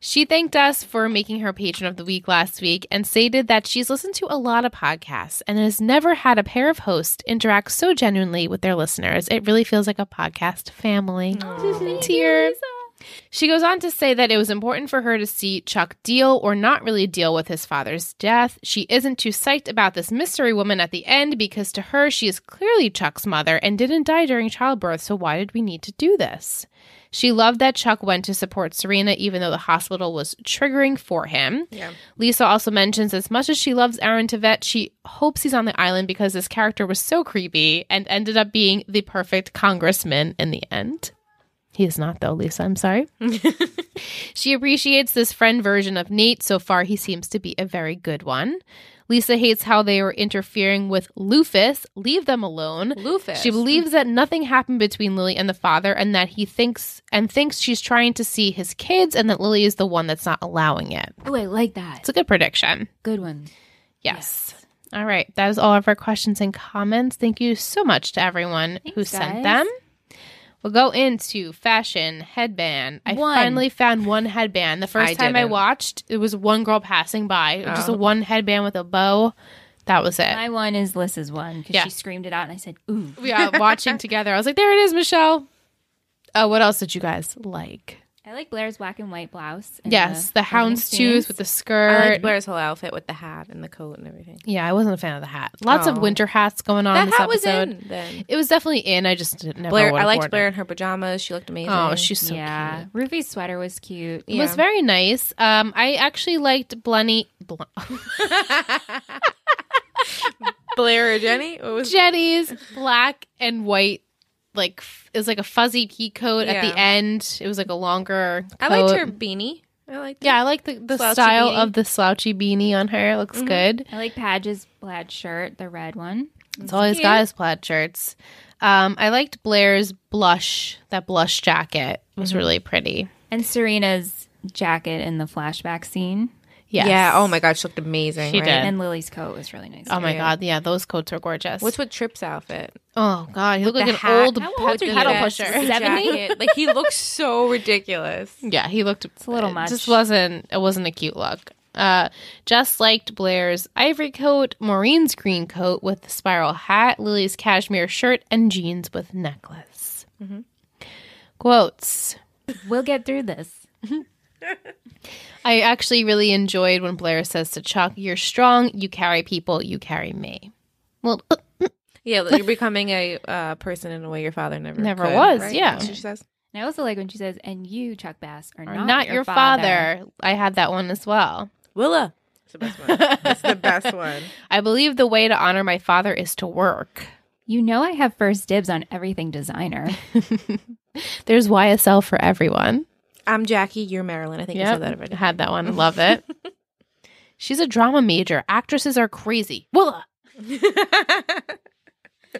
B: She thanked us for making her patron of the week last week and stated that she's listened to a lot of podcasts and has never had a pair of hosts interact so genuinely with their listeners. It really feels like a podcast family. Tear. She goes on to say that it was important for her to see Chuck deal or not really deal with his father's death. She isn't too psyched about this mystery woman at the end because to her, she is clearly Chuck's mother and didn't die during childbirth, so why did we need to do this? She loved that Chuck went to support Serena even though the hospital was triggering for him.
C: Yeah.
B: Lisa also mentions as much as she loves Aaron Tveit, she hopes he's on the island because this character was so creepy and ended up being the perfect congressman in the end. He is not, though, Lisa. I'm sorry. she appreciates this friend version of Nate. So far, he seems to be a very good one. Lisa hates how they are interfering with Lufus. Leave them alone.
C: Lufus.
B: She believes that nothing happened between Lily and the father and that he thinks and thinks she's trying to see his kids and that Lily is the one that's not allowing it.
A: Oh, I like that.
B: It's a good prediction.
A: Good one.
B: Yes. All right. That is all of our questions and comments. Thank you so much to everyone who
A: Thanks,
B: sent
A: guys.
B: them. We'll go into fashion headband. I
A: One.
B: finally found one headband. The first
C: I
B: time I
C: didn't.
B: watched, it was one girl passing by, just a
C: Oh.
B: one headband with a bow. That was it.
A: My one is Liz's one because
B: Yeah.
A: she screamed it out, and I said, "Ooh,
B: We are watching together. I was like, "There it is, Michelle." Oh, what else did you guys like?
A: I like Blair's black and white blouse."
C: Uh,
A: and
B: yes, the
A: opening
B: houndstooth
A: scenes.
B: with the
C: I
B: skirt.
C: liked Blair's whole outfit with the hat and the coat and everything.
B: yeah, I wasn't a fan of the hat. Lots of
C: Oh.
B: winter hats going on. in
C: that
B: this
C: hat was
B: episode.
C: in then. Oh,
B: It was definitely in. I just didn't. Never
C: Blair, I
B: would've worn
C: liked
B: it.
C: Blair in her pajamas. She looked amazing.
B: Oh, she's so
A: yeah,
B: cute.
A: Rufy's sweater was cute.
B: It was very nice. Um, I actually liked Blenny, Bl-
C: Blair or Jenny? What was
B: Jenny's black and white. Like f- it was like a fuzzy pea coat at
C: Yeah.
B: the end. It was like a longer.
C: I liked
B: coat.
C: her beanie. I liked
B: Yeah, I like the, the
C: Slouchy
B: style
C: beanie. Mm-hmm.
B: of the slouchy beanie on her. It looks good.
A: I like Padge's plaid shirt, the red one.
B: It's all he's got is plaid shirts. Um, I liked Blair's blush. That blush jacket
C: Mm-hmm.
B: was really pretty.
A: And Serena's jacket in the flashback scene.
B: Yes.
C: Yeah. Oh my god, she looked amazing.
B: She
C: right?
B: did.
A: And Lily's coat was really nice.
B: Oh my
C: Yeah.
B: god. Yeah, those coats are gorgeous.
C: What's with Tripp's outfit?
B: oh god, he looked
C: The
B: like an
C: hat
B: old
A: How
B: pe-
A: old are you?
B: pedal
A: Yeah.
B: pusher.
C: the
A: Seventy?
C: jacket. Like he looks so ridiculous.
B: Yeah, he looked
A: It's a little
B: it
A: much.
B: Just wasn't it wasn't a cute look. Uh just liked Blair's ivory coat, Maureen's green coat with the spiral hat, Lily's cashmere shirt, and jeans with necklace. Quotes.
A: We'll get through this.
B: I actually really enjoyed when Blair says to Chuck, You're strong, you carry people, you carry me. Well uh,
C: Yeah, like, you're becoming a uh, person in a way your father never
B: Never
C: could,
B: was,
C: right?
B: yeah.
C: She says
A: And I also like when she says, "And you, Chuck Bass, are
B: or
A: not,
B: not, your, father. I had that one as well.
C: Willa. It's the best one. That's the best one.
B: I believe the way to honor my father is to work.
A: You know I have first dibs on everything designer.
B: There's YSL for everyone.
C: I'm Jackie. You're Marilyn. I think you
B: Yeah,
C: said that already.
B: Had that one. Love it. She's a drama major. Actresses are crazy. Willa.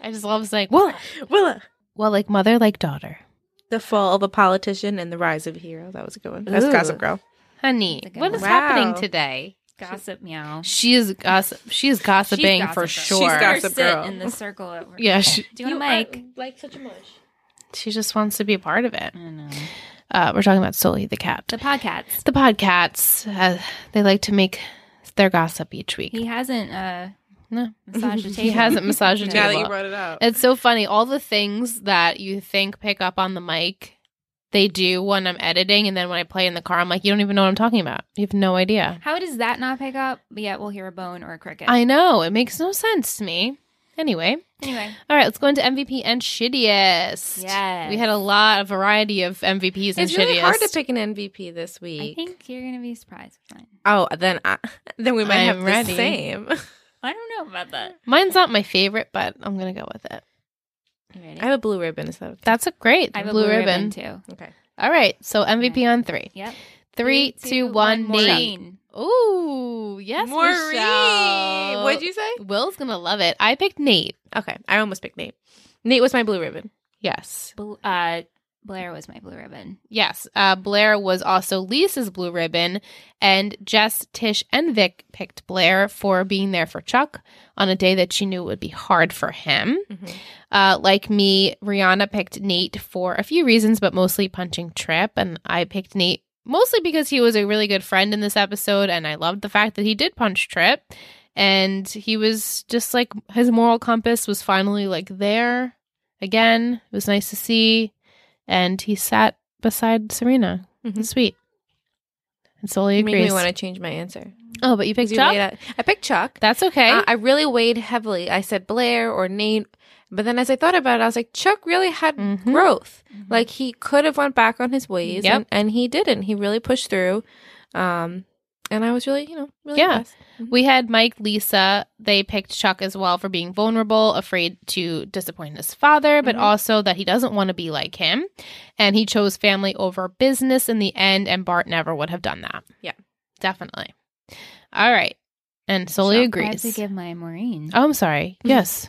B: I just love saying Willa.
C: Willa.
B: Well, like mother, like daughter.
C: The fall of a politician and the rise of a hero. That was a good one. That's
A: Ooh.
C: Gossip Girl.
B: Honey,
A: That's a good
B: what
A: one.
B: is happening
C: Wow.
B: today?
A: Gossip meow.
B: She is gossip. She is gossiping for
A: gossiping.
B: sure.
C: She's gossip
A: sit
C: girl.
A: in the circle. Over.
B: yeah, she,
A: Do you uh, want a mic?
C: like such a mush.
B: she just wants to be a part of it.
A: I know.
B: Uh, we're talking about Sully the cat.
A: The podcast.
B: The podcats, uh, they like to make their gossip each week.
A: He hasn't uh,
B: No.
A: massaged the table.
B: He hasn't massaged the
C: Now that
B: table.
C: you brought it up.
B: It's so funny. All the things that you think pick up on the mic, they do when I'm editing. And then when I play in the car, I'm like, you don't even know what I'm talking about. You have no idea.
A: How does that not pick up? But yet we'll hear a bone or a cricket.
B: I know. It makes no sense to me. Anyway,
A: anyway,
B: all right, let's go into MVP and shittiest.
A: Yes.
B: We had a lot, a variety of MVPs and
C: It's really
B: shittiest.
C: hard to pick an MVP this week.
A: I think you're gonna be surprised with mine.
C: oh, then I, then we might
B: I'm
C: have
B: ready.
C: the same.
A: I don't know about that.
B: Mine's not my favorite, but I'm going to go with it.
A: You ready?
C: I have a blue ribbon. Is that okay?
B: That's a great
A: I have
B: blue, ribbon.
A: too.
C: okay.
B: All right, so MVP on three.
A: Yep.
B: Three, two, one, Nate. Ooh, yes, Michelle.
C: Maureen. What'd you say?
B: Will's gonna love it. I picked Nate.
C: Okay. I almost picked Nate. Nate was my blue ribbon.
B: Yes.
A: Bl- uh, Blair was my blue ribbon.
B: Yes. Uh, Blair was also Lisa's blue ribbon, and Jess, Tish, and Vic picked Blair for being there for Chuck on a day that she knew would be hard for him.
C: Mm-hmm.
B: Uh, like me, Rihanna picked Nate for a few reasons, but mostly punching Trip, and I picked Nate mostly because he was a really good friend in this episode, and I loved the fact that he did punch Trip, and he was just like his moral compass was finally like there again. It was nice to see, and he sat beside Serena.
C: Mhm.
B: It's sweet. And Sully
C: You make me
B: agrees.
C: want to change my answer.
B: oh, but you picked
C: You
B: Chuck?
C: weighed out- I picked Chuck.
B: That's okay.
C: Uh, I really weighed heavily. I said Blair or Nate, but then as I thought about it, I was like, Chuck really had
B: Mhm.
C: growth. Like he could have went back on his ways,
B: Yep.
C: and, and he didn't. He really pushed through. Um, and I was really, you know, really
B: Yeah.
C: impressed.
B: We had Mike, Lisa. They picked Chuck as well for being vulnerable, afraid to disappoint his father, but
A: Mm-hmm.
C: Mhm.
B: also that he doesn't want to be like him. And he chose family over business in the end, and Bart never would have done that.
C: Yeah.
B: Definitely. All right. And Sully
C: Chuck, I
A: I have
B: agrees.
A: to give my Maureen.
B: oh, I'm sorry. Yes.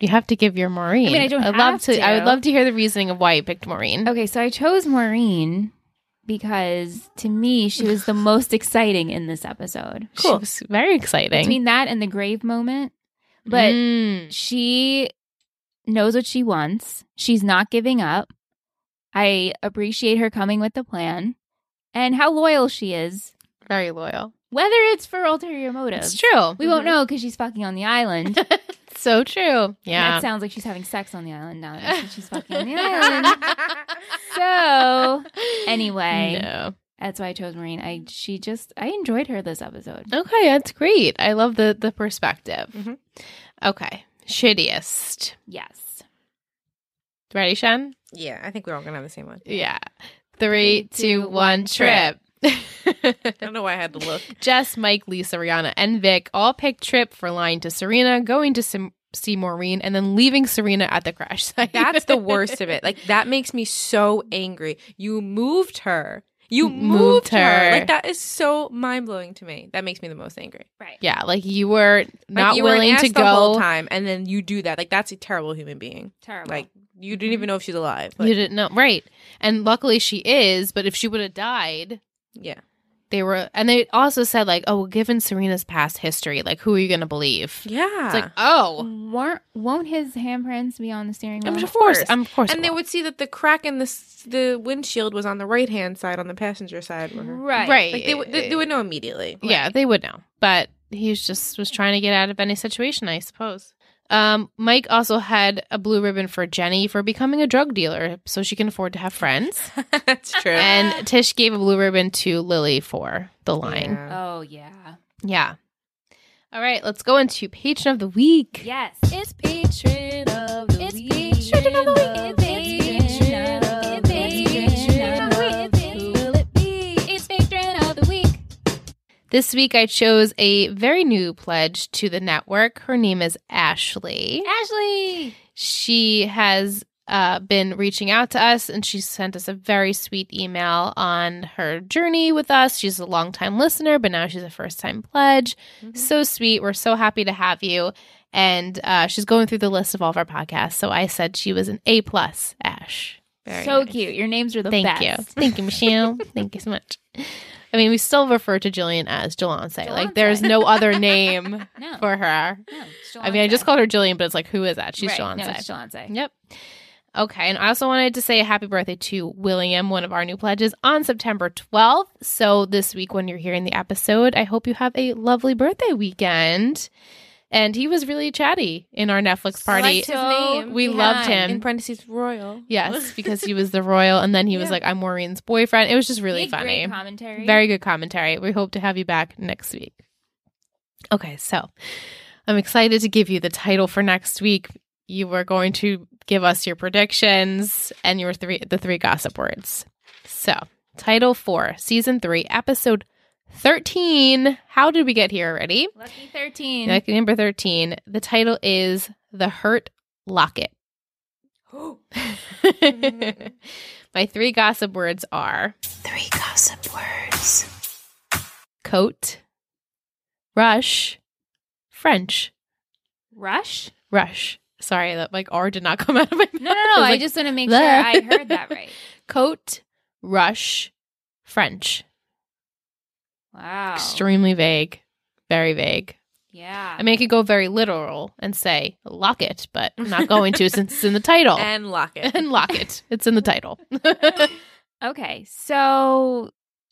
B: You have to give your Maureen.
A: I mean, I don't
B: I'd love
A: have
B: to. I would
A: to. Oh,
B: love to hear the reasoning of why you picked Maureen.
A: Okay, so I chose Maureen because to me she was the most exciting in this episode.
B: She was very exciting.
A: Between that and the grave moment, but
B: Mm.
A: she knows what she wants. She's not giving up. I appreciate her coming with the plan and how loyal she is,
B: very loyal.
A: whether it's for ulterior motives.
B: It's true. Mm-hmm.
A: We won't know because she's fucking on the island.
B: so true. Yeah.
A: That sounds like she's having sex on the island now. that She's fucking on the island. So anyway,
B: No.
A: that's why I chose Maureen. I she just I enjoyed her this episode.
B: Okay, that's great. I love the the perspective.
C: Mhm.
B: Okay, shittiest.
A: Yes.
B: Ready, Shen?
C: yeah, I think we're all gonna have the same one.
B: Yeah. Three, two, one. Trip.
C: I don't know why I had to look.
B: Jess, Mike, Lisa, Rihanna, and Vic all picked Trip for lying to Serena, going to Sim- see Maureen, and then leaving Serena at the crash site.
C: That's the worst of it. Like that makes me so angry. You moved her. You
B: Moved
C: moved,
B: her.
C: her. Like that is so mind blowing to me. That makes me the most angry.
B: yeah, like you were
C: Like,
B: not
C: you were an
B: willing to
C: ass the whole
B: go.
C: time, and then you do that. Like that's a terrible Mm-hmm. human being.
A: Terrible.
C: Like you didn't even know if she's alive.
B: you
C: Like,
B: didn't know, right? And luckily, she is. But if she would have died,
C: yeah,
B: they were and they also said like oh well, given serena's past history like who are you gonna believe
C: yeah.
B: it's like oh
A: Weren't, won't his handprints be on the steering wheel?
C: I'm
B: of
C: sure-
B: course
C: course.
B: um, of course it
C: and they
B: will.
C: would see that the crack in the s- the windshield was on the right hand side, on the passenger side. where her-
A: right.
B: right
C: Like they would they, they would know immediately.
B: yeah they would know but he was just was trying to get out of any situation i suppose um mike also had a blue ribbon for jenny for becoming a drug dealer so she can afford to have friends
C: that's true.
B: and tish gave a blue ribbon to lily for the lying
C: Yeah. Uh,
A: Oh yeah.
B: yeah, all right let's go into patron of the week
A: Yes.
E: It's patron of the it's week. It's
A: patron of the week.
E: It's patron of the week. It's patron of the week. Who will it be? It's patron of the week.
B: This week I chose a very new pledge to the network. Her name is Ashley.
A: Ashley.
B: She has uh, been reaching out to us and she sent us a very sweet email on her journey with us. She's a longtime listener, but now she's a first time pledge.
A: Mm-hmm.
C: Mhm.
B: So sweet. We're so happy to have you. And uh, she's going through the list of all of our podcasts. So I said she was an A plus, Ash.
A: so
B: nice.
A: cute. Your names are the
B: Thank
A: best.
B: you. Thank you, Michelle. Thank you so much. I mean, we still refer to Jillian as Jelance. Like,
A: Jolante.
B: there's no other name
A: No.
B: for her.
A: no
B: I mean, I just called her Jillian, but it's like, who is that? She's
A: right.
B: Jolante.
A: No, it's Jolante.
B: Yep. Okay. And I also wanted to say happy birthday to William, one of our new pledges, on September 12th. So this week, when you're hearing the episode, I hope you have a lovely birthday weekend. And he was really chatty in our Netflix
C: I
B: party.
C: liked his name.
B: we loved him.
C: In parentheses, royal.
B: Yes, because he was the royal, and then he was
C: Yeah.
B: like, "I'm Maureen's boyfriend." It was just really
A: Big, great
B: funny.
A: commentary.
B: Very good commentary. We hope to have you back next week. Okay, so I'm excited to give you the title for next week. You were going to give us your predictions and your three the three gossip words. So, title 4, season 3, episode 13. How did we get here already?
A: lucky thirteen.
B: Like number 13. The title is The Hurt Locket. My three gossip words are
E: Three gossip words.
B: coat, rush, French,
A: Rush?
B: rush. Sorry, that like R did not come out of my mouth.
A: No, no, no.
B: was
A: I
B: like,
A: just want to make
B: "Bleh."
A: sure I heard that right.
B: coat, rush, French.
A: Wow.
B: Extremely vague, very vague.
A: Yeah.
B: I mean, I could go very literal and say lock it, but I'm not going to since it's in the title.
C: And Lockett.
B: Oh. and lock it. It's in the title.
A: okay. So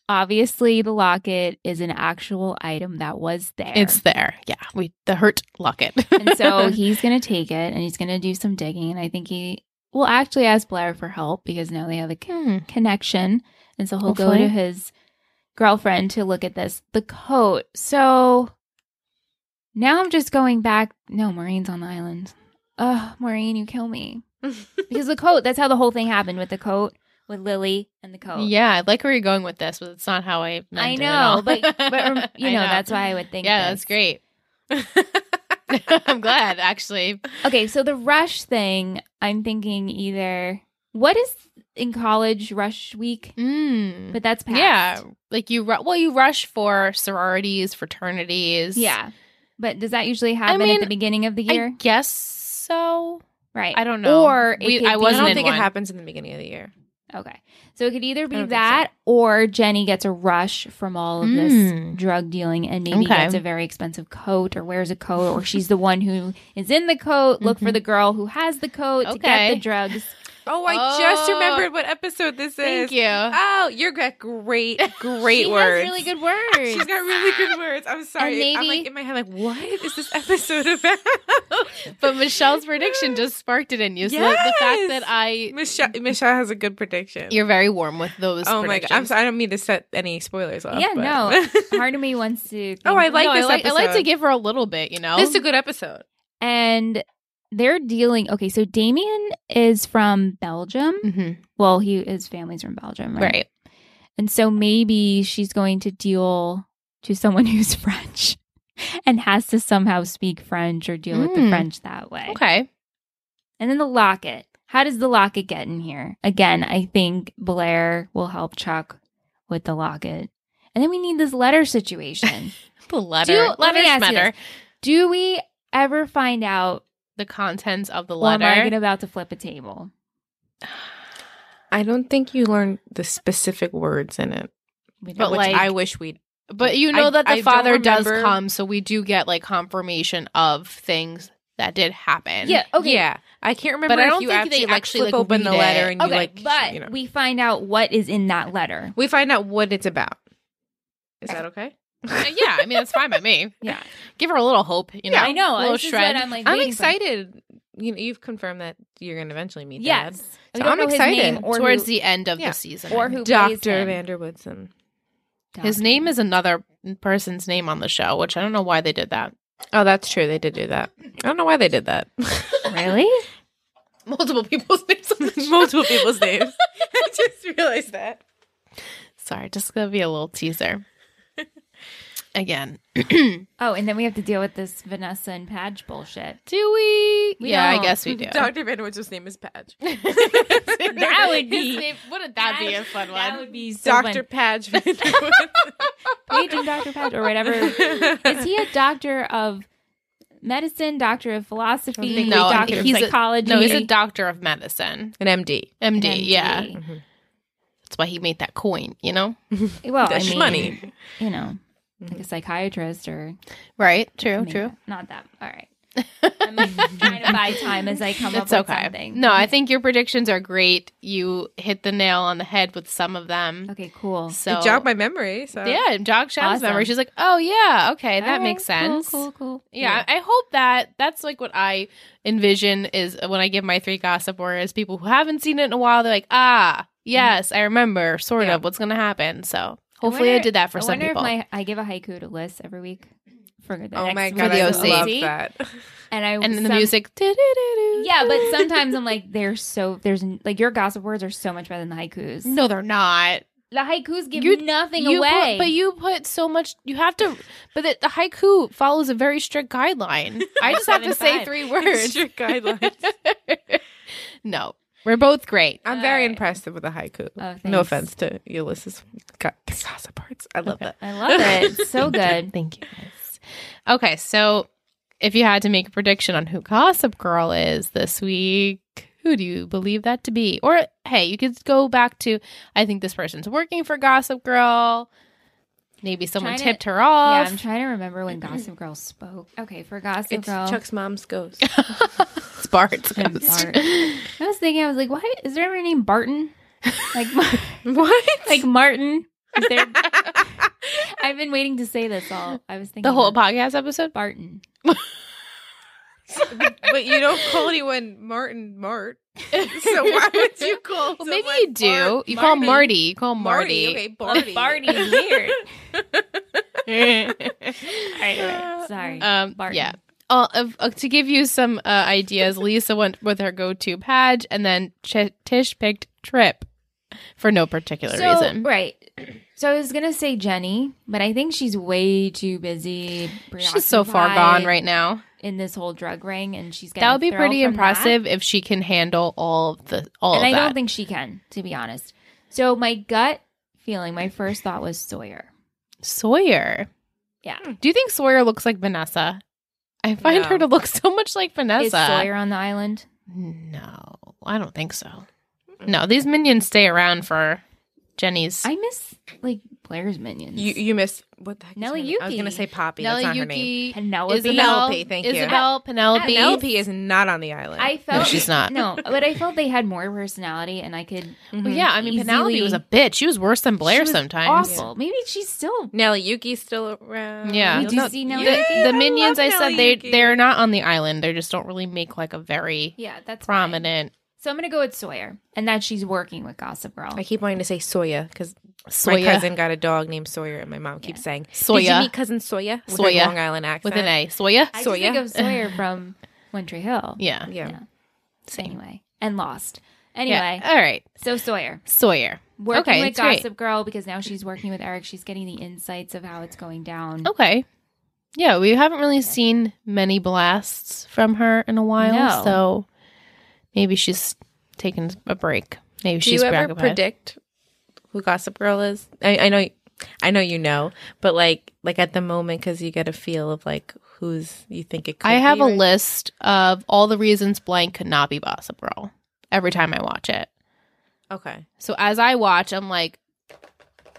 A: obviously the locket is an actual item that was there.
B: It's there. Yeah, we the hurt locket.
A: and so he's gonna take it and he's gonna do some digging and I think he will actually ask Blair for help because now they have a con-
B: Hmm.
A: connection. And so he'll go
B: Hopefully.
A: to his girlfriend to look at this. The coat. So now I'm just going back. No, Maureen's on the island. Ugh, Maureen, you kill me. because the coat, that's how the whole thing happened with the coat, with Lily and the coat.
B: Yeah, I like where you're going with this, but it's not how I meant
A: I
B: it at
A: know,
B: all.
A: but, but rem- you
B: I
A: know, that's why I would think.
B: yeah,
A: this.
B: that's great. I'm glad, actually.
A: Okay, so the rush thing, I'm thinking either what is in college rush week,
B: Mm.
A: but that's past.
B: Yeah, like you. Ru- well, you rush for sororities, fraternities.
A: yeah. But does that usually happen
B: mean,
A: at the beginning of the
B: I
A: year?
B: guess so.
A: right.
B: I don't know.
A: Or it
B: We-
A: could
B: I
A: be-
C: I
B: wasn't
C: don't
B: in
C: think
B: one.
C: it happens in the beginning of the year.
A: Okay, so it could either
C: I
A: be
C: don't think
A: that or Jenny gets a rush from all of this
B: Mm.
A: drug dealing and maybe
B: Okay.
A: gets a very expensive coat or wears a coat or she's the one who is in the coat. Look for the girl who has the coat to get
B: Mm-hmm. Okay.
A: the drugs.
C: Oh, I just
B: Oh.
C: remembered what episode this is.
B: Thank you.
C: Oh, you've got great, great
B: she
C: words.
B: Has really good words.
C: She's got really good words. I'm sorry. I'm
A: maybe-
C: like in my head, like, what is this episode about?
B: but Michelle's prediction just sparked it in you. So the fact
C: Yes.
B: that I,
C: Michelle, Michelle has a good prediction.
B: you're very warm with those.
C: oh my god! I'm
B: predictions.
C: sorry. I don't mean to set any spoilers off.
A: yeah,
C: but-
A: no, part of me wants to.
C: oh, I like
B: No,
C: this
B: I like, I
C: episode.
B: like to give her a little bit. You know,
C: This is a good episode.
A: and they're dealing. Okay, so Damien is from Belgium.
B: Mhm.
A: Well, he his family's from Belgium, Mm-hmm. right?
B: right.
A: And so maybe she's going to deal to someone who's French and has to somehow speak French or deal with the
B: Mm.
A: French that way.
B: Okay.
A: And then the locket. How does the locket get in here? Again, I think Blair will help Chuck with the locket. And then we need this letter situation.
B: The letter.
A: Do- let me
B: letters
A: ask you
B: matter.
A: Do we ever find out
B: The contents of the
A: or am I
B: letter.
A: gonna- about to flip a table?
C: I don't think you learned the specific words in it,
A: We
B: But,
A: don't-
C: which
B: like-
C: I wish we.
B: But you know
C: I-
B: that the
C: I don't
B: father does
C: remember-
B: come, so we do get like confirmation of things that did happen.
A: yeah, oh. okay.
C: Yeah, I can't remember.
B: But I
C: if
B: don't
C: you
B: think they
C: actually,
B: actually,
C: flip
B: like,
C: open the
B: read it.
C: letter and
A: Okay,
C: you like,
A: but
C: you know.
A: we find out what is in that letter.
C: we find out what it's about. Is that okay?
B: Uh, yeah. I mean, that's fine by me.
A: Yeah.
B: Give her a little hope. You know,
A: I know.
B: A little
A: this is what
B: shred.
A: I'm like.
C: I'm
A: waiting for.
C: excited. You know, you've confirmed that you're going to eventually meet.
A: Yes.
C: Dad.
A: We
C: So
A: don't
C: I'm
A: know his
C: excited.
A: name or
B: towards
A: who-
B: the end of
C: Yeah.
B: the season.
A: or who
C: Doctor
A: plays him.
C: Vanderwoodson.
B: His name is another person's name on the show, which I don't know why they did that.
C: Oh, that's true. They did do that. I don't know why they did that.
A: really.
B: Multiple people's names on the show.
C: Multiple people's names. I just realized that.
B: Sorry, just gonna be a little teaser. Again,
A: Oh, and then we have to deal with this Vanessa and Padge bullshit.
B: do we?
A: We
B: yeah,
A: don't.
B: I guess we do.
C: Doctor Vanderwood's name is Padge.
A: That would
B: His
A: be
B: name- wouldn't that be a fun
A: That
B: one?
A: would be so
C: Doctor
A: Doctor
C: Padge Vanderwood.
A: Page and Doctor Padge or whatever. Is he a doctor of medicine? Doctor of philosophy?
B: No,
A: doctor
B: he's
A: of
B: a-
A: psychology.
B: No, he's a doctor of medicine,
C: an MD?
B: MD.
A: an MD.
B: Yeah, that's why he made that coin. You know,
A: Well, I
C: That's
A: mean,
C: money.
A: You know, like a psychiatrist or
B: right? Oh,
A: I
B: True,
A: mean, Not that. All right. I'm like, trying to buy time as I come
B: It's
A: up with
B: okay.
A: something.
B: No, I think your predictions are great. You hit the nail on the head with some of them.
A: Okay. Cool.
B: So
C: it jogged my memory. So
B: yeah, it jogged Shadow's
A: Awesome.
B: memory. She's like, oh yeah, okay, that
A: All right,
B: makes sense.
A: Cool. Cool. cool.
B: Yeah, I hope that that's like what I envision is uh, when I give my three gossip warriors. People who haven't seen it in a while, they're like, ah, yes, I remember, sort
C: Yeah.
B: of, what's going to happen. So hopefully, I,
A: wonder-
B: did that for
A: I
B: some
A: wonder
B: people.
A: If my, I give a haiku to Liz every week for the
C: Oh
A: next
C: my god,
A: video
C: I
B: videos.
C: love
A: See?
C: that.
A: And I
B: and then the
A: some-
B: music,
A: Yeah, but sometimes I'm like, they're so there's like your gossip words are so much better than the haikus.
B: no, they're not.
A: the haikus give
B: You-
A: nothing
B: You
A: away.
B: put- but you put so much. You have to. But the, the haiku follows a very strict guideline. I just have
A: Seven
B: to say
A: five.
B: three
C: It's
B: words.
C: your guidelines.
B: no, we're both great.
C: I'm very impressed with the haiku.
A: Oh,
C: no
A: thanks.
C: offense to Ulysses. Got the sauce parts. I love that.
A: I love it. It's so good.
B: Thank you. guys. Okay, so if you had to make a prediction on who Gossip Girl is this week, who do you believe that to be? Or hey, you could go back to I think this person's working for Gossip Girl. Maybe someone
A: Trying to-
B: tipped her
A: Yeah,
B: off.
A: I'm trying to remember when Gossip Girl spoke. Okay, for Gossip
C: It's
A: Girl,
C: Chuck's mom's ghost.
B: it's Bart's
A: and
B: ghost.
A: Bart. I was thinking, I was like, why is there ever a name Barton? Like, Mar-
C: what?
A: like Martin? Is there- I've been waiting to say this all. I was thinking
B: The whole
A: about
B: podcast episode?
A: Barton.
C: but you don't call anyone Martin Mart. So why would you call?
B: Well, maybe
C: someone
B: you do.
C: Bart-
B: you call Marty. You call Marty. Oh,
C: Marty. Okay, Barty.
E: Barty's weird.
A: right, sorry.
B: Um,
A: Barton.
B: Yeah. Uh, of- uh, to give you some uh, ideas, Lisa went with her go-to Padge, and then Ch- Tish picked Trip for no particular
A: so,
B: reason.
A: Right. So I was gonna say Jenny, but I think she's way too busy.
B: She's so far gone
A: preoccupied
B: right now.
A: in this whole drug ring, and she's gonna
B: That would be
A: throw
B: pretty
A: from that.
B: impressive if she can handle all of the all
A: and
B: of
A: I
B: that.
A: don't think she can, to be honest. So my gut feeling, my first thought was Sawyer.
B: Sawyer.
A: Yeah.
B: Do you think Sawyer looks like Vanessa? I find
C: No.
B: her to look so much like Vanessa.
A: Is Sawyer on the island?
B: No, I don't think so. No, these minions stay around for Jenny's.
A: I miss like Blair's minions.
C: You you missed what the heck? is
A: Nelly
C: her name? I was gonna
A: Yuki.
C: say Poppy.
B: Nellie
C: That's not her name.
B: Yuki,
A: Penelope.
B: Isabel,
C: Penelope, thank you.
B: Isabel, Penelope.
C: Penelope is not on the island.
A: I felt
B: No, she's not.
A: No, but I felt they had more personality, and I could.
B: Well, yeah, I mean,
A: Mm-hmm.
B: Penelope
A: Easily-
B: was a bitch. She was worse than Blair
A: She was
B: sometimes.
A: Awful. Maybe she's still.
C: Nelly Yuki's still around.
B: Yeah.
A: We
B: No,
A: do see now.
B: The,
A: that-
B: the minions, I,
C: love
B: said
C: Nellie
B: they
C: Yuki.
B: they're not on the island. They just don't really make like a very
A: yeah, that's fine.
B: prominent
A: So I'm gonna go with Sawyer, and that she's working with Gossip Girl.
C: I keep wanting to say Soya because my
B: Sawyer
C: cousin got a dog named Sawyer, and my mom keeps saying Did you
B: Sawyer.
C: meet cousin Sawyer? With
B: Sawyer.
C: her Long Island accent.
B: with an A. Sawyer.
A: I
C: Sawyer.
A: just think of Sawyer from One Tree Hill.
B: Yeah.
C: Yeah.
A: Yeah. Anyway, and Lost. Anyway,
B: Yeah. All right.
A: so Sawyer
B: Sawyer.
A: working
B: okay.
A: with
B: it's great.
A: Gossip Girl because now she's working with Eric. She's getting the insights of how it's going down.
B: Okay. Yeah, we haven't really seen many blasts from her in a while,
A: No.
B: so maybe she's taking a break. Maybe
C: Do
B: she's
C: you ever
B: preoccupied.
C: predict who Gossip Girl is? I, I know, I know you know, but like, like at the moment, because you get a feel of like who's you think it. could
B: I have
C: be,
B: a
C: right?
B: list of all the reasons blank could not be Gossip Girl every time I watch it.
C: Okay,
B: So as I watch, I'm like,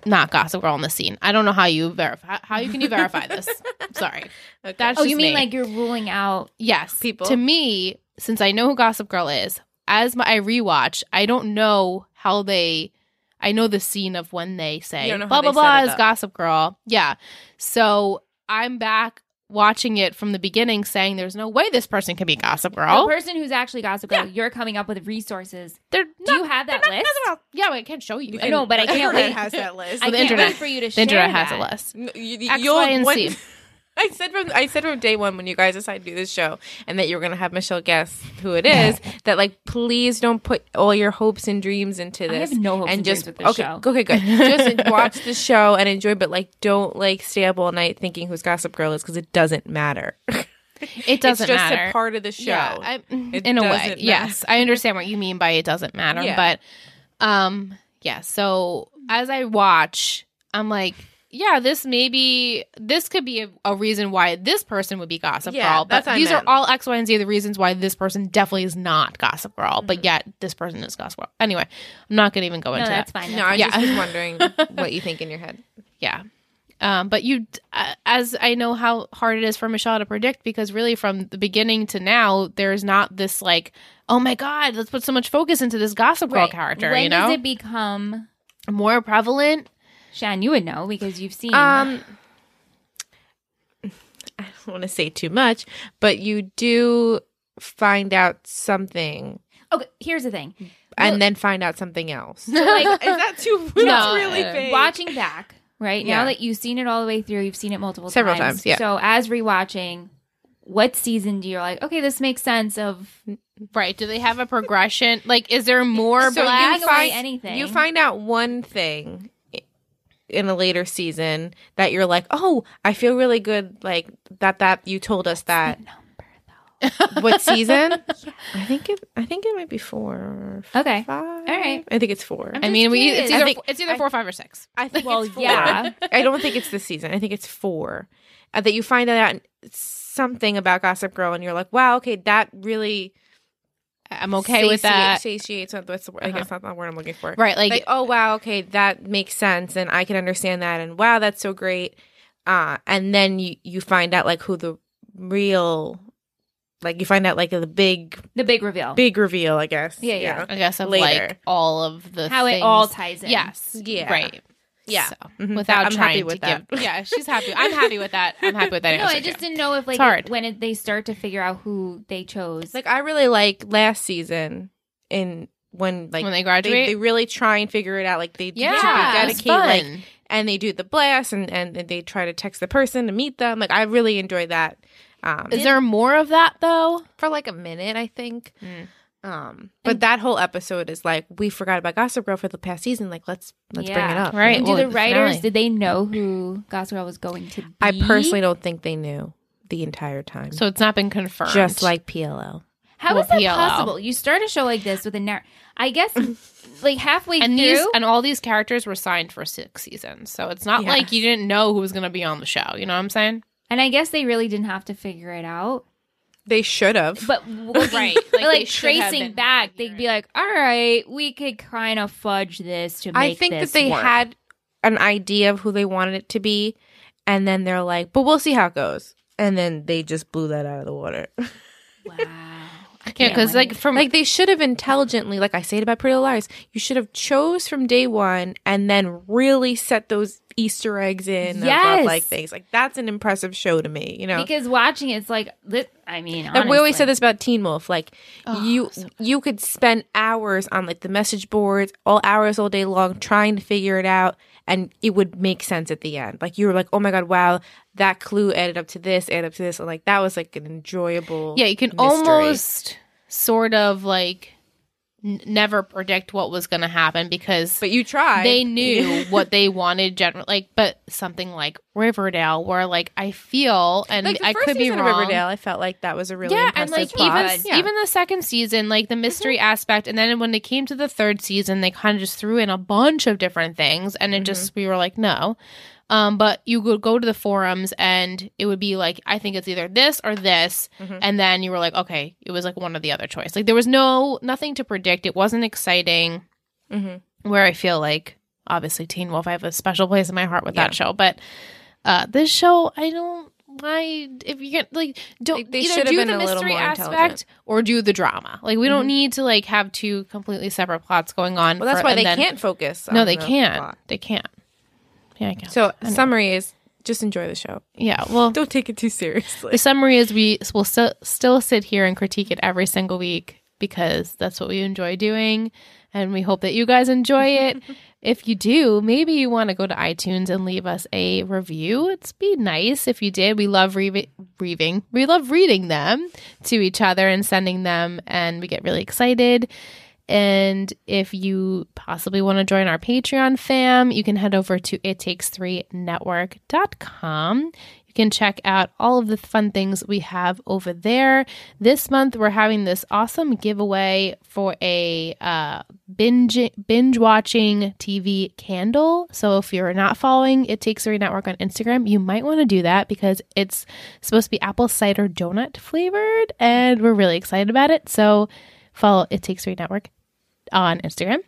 B: not Gossip Girl on the scene. I don't know how you verify how you can you verify this. Sorry,
C: Okay.
B: that's
A: Oh,
B: just
A: you mean
B: me.
A: like you're ruling out?
B: Yes.
C: People.
B: To me, since I know who Gossip Girl is, as my, I rewatch, I don't know how they. I know the scene of when they say
C: You don't know
B: blah blah
C: how they set
B: blah
C: it
B: is
C: up.
B: Gossip Girl. Yeah. So I'm back watching it from the beginning, saying there's no way this person can be Gossip Girl.
A: The person who's actually Gossip Girl, you're coming up with resources.
B: They're
A: Do you have that list?
B: Yeah, but I can't show you.
A: I know, but I
C: The
A: can't
C: internet
A: wait.
C: has that list.
A: I
B: the
A: can't
B: internet-
A: wait for you to
B: the
A: share
B: internet has
A: that.
B: a list.
C: No, you- you-
B: X,
C: you'll-
B: Y, and
C: one-
B: Z.
C: I said from I said from day one when you guys decided to do this show and that you were gonna have Michelle guess who it is that like please don't put all your hopes and dreams into
A: I
C: this.
A: have no hopes and
C: just
A: dreams with this
C: okay,
A: show.
C: okay, good. Just watch the show and enjoy, but like don't like stay up all night thinking who's Gossip Girl is because it doesn't matter.
B: It doesn't
C: it's just
B: matter.
C: a part of the show.
B: Yeah, I,
C: It
B: in a way,
C: doesn't matter.
B: yes, I understand what you mean by it doesn't matter.
C: Yeah.
B: But, um, yeah. So as I watch, I'm like, yeah, this maybe this could be a, a reason why this person would be Gossip
C: Yeah,
B: Girl. But
C: that's what I
B: these are
C: meant.
B: all X, Y, and Z the reasons why this person definitely is not Gossip Girl. But yet this person is Gossip Girl. Anyway, I'm not gonna even go
A: No,
B: into
A: that's
B: that.
A: fine.
C: Mm-hmm. no,
A: that's
C: I
B: Yeah.
C: just was wondering what you think in your head.
B: Yeah. Um, but you, uh, as I know how hard it is for Michelle to predict, because really from the beginning to now, there's not this like, oh my God, let's put so much focus into this Gossip Girl
A: Right.
B: character,
A: When
B: you know?
A: does it become
B: More prevalent.
A: Shan? You would know because you've seen.
C: Um, I don't want to say too much, but you do find out something
A: okay, here's the thing.
C: and then find out something else.
A: like,
C: is that too?
B: No.
C: That's
B: really
C: really
B: vague.
C: big.
A: watching back, right now
C: Yeah.
A: that you've seen it all the way through, you've seen it multiple
C: Several
A: times.
C: times, yeah.
A: So as rewatching, what season do you like? Okay, this makes sense. Of
B: Right. Do they have a progression? like, is there more
A: So you
B: black?
A: find- away anything.
C: You find out one thing i- in a later season that you're like, oh, I feel really good. Like that. That you told us that. what season? I think it. I think it might be four. Or
A: okay,
C: Five.
A: All right.
C: I think it's four.
B: I mean, we, it's
A: curious.
B: either,
C: I think-
B: it's either four, five, or six.
C: I think
A: Well,
C: it's four.
A: yeah.
C: I don't think it's this season. I think it's four uh, that you find out something about Gossip Girl, and you're like, wow, okay, that really
B: I'm okay with
C: sati-
B: that. Uh-huh.
C: Satiates. Not, what's the word? I guess that's not the word I'm looking for.
B: Right. Like,
C: Like, oh wow, okay, that makes sense, and I can understand that, and wow, that's so great. Uh, and then you you find out like who the real, like you find out like the big
A: the big reveal,
C: big reveal, I guess.
A: Yeah, yeah.
B: I guess of
C: later.
B: like all of the
A: how
B: things.
A: it all ties in.
B: Yes.
C: Yeah.
B: Right.
C: Yeah.
B: So,
C: Mhm.
B: without
C: I'm
B: trying
C: happy with
B: to give.
C: that.
B: Yeah, she's happy. I'm happy with that. I'm happy with that.
A: No,
B: answer,
A: I just
B: too.
A: didn't know if like
B: hard.
A: when it, they start to figure out who they chose.
C: Like I really like last season in when like
B: when they
C: they,
B: graduate.
C: they really try and figure it out. Like they
B: yeah,
C: try to
B: it's
C: dedicate like
B: fun.
C: and they do the blast and and they try to text the person to meet them. Like I really enjoyed that. Um,
B: Is there more of that though?
C: for like a minute, I think.
B: Mm.
C: Um, but that whole episode is like we forgot about Gossip Girl for the past season. Like let's let's bring it
A: Yeah.
C: up.
B: Right.
A: and do
B: well,
A: the
B: the
A: writers
B: finale.
A: did they know who Gossip Girl was going to be?
C: I personally don't think they knew the entire time.
B: So it's not been confirmed.
C: just like PLO.
A: How
B: Well,
A: is that
B: PLL.
A: possible? You start a show like this with a narrative. I guess like halfway
B: and
A: through.
B: these and all these characters were signed for six seasons, so it's not like you didn't know who was going to be on the show. You know what I'm saying?
A: and I guess they really didn't have to figure it out.
C: They should have.
A: But looking,
B: Right,
A: But
B: like,
A: like,
B: they should have
A: tracing
B: been
A: back,
B: figuring
A: they'd be like, "All right, we could kind of fudge this to make
C: I think that
A: this
C: they
A: work."
C: had an idea of who they wanted it to be, and then they're like, "But we'll see how it goes." And then they just blew that out of the water.
A: Wow.
B: Yeah, because like from
C: like they should have intelligently, like I say it about Pretty Little Liars, you should have chose from day one and then really set those Easter eggs in. Yes,
A: Yes.
C: like things like that's an impressive show to me. You know,
A: Because watching it's like, li- I mean,
C: And we always
A: honestly.
C: said this about Teen Wolf. Like you, you could spend hours on like the message boards, all hours, all day long, trying to figure it out, and it would make sense at the end. Like you were like, "Oh my god, wow, that clue added up to this, added up to this," and like that was like an enjoyable.
B: yeah, you can
C: mystery.
B: almost sort of like n- never predict what was going to happen because
C: but you try.
B: they knew what they wanted generally like but something like riverdale where like i feel and
C: like the
B: i
C: first
B: could be
C: season of
B: wrong
C: Riverdale. I felt like that was a really
B: yeah and
C: impressive
B: like
C: plot. Mm-hmm.
B: even even the second season like the mystery aspect and then when it came to the third season they kind of just threw in a bunch of different things and it
C: Mm-hmm.
B: just we were like no um, but you would go to the forums and it would be like i think it's either this or this
C: Mhm.
B: and then you were like okay it was like one or the other choice like there was no nothing to predict it wasn't exciting
C: Mhm.
B: where I feel like obviously Teen Wolf, I have a special place in my heart with that show, but uh this show, I don't. Why, if you get like, don't
C: Like, they
B: either
C: should have
B: do
C: been
B: the
C: a little
B: mystery
C: more
B: aspect
C: intelligent.
B: or do the drama. Like, we
C: Mhm.
B: don't need to like have two completely separate plots going on.
C: well, that's
B: for-
C: why
B: and
C: they
B: then-
C: can't focus.
B: No,
C: on
B: they
C: the
B: can't.
C: plot.
B: They can't. Yeah, I can.
C: So summary is just enjoy the show.
B: yeah, well,
C: Don't take it too seriously.
B: the summary is we will still still sit here and critique it every single week because that's what we enjoy doing and we hope that you guys enjoy it if you do maybe you want to go to itunes and leave us a review it's be nice if you did we love re- reading we love reading them to each other and sending them and we get really excited and if you possibly want to join our Patreon fam, you can head over to it takes three network.com. You can check out all of the fun things we have over there. This month, we're having this awesome giveaway for a uh, binge binge watching TV candle. So if you're not following It Takes Three Network on Instagram, you might want to do that because it's supposed to be apple cider donut flavored, and we're really excited about it. So follow It Takes Three Network on Instagram,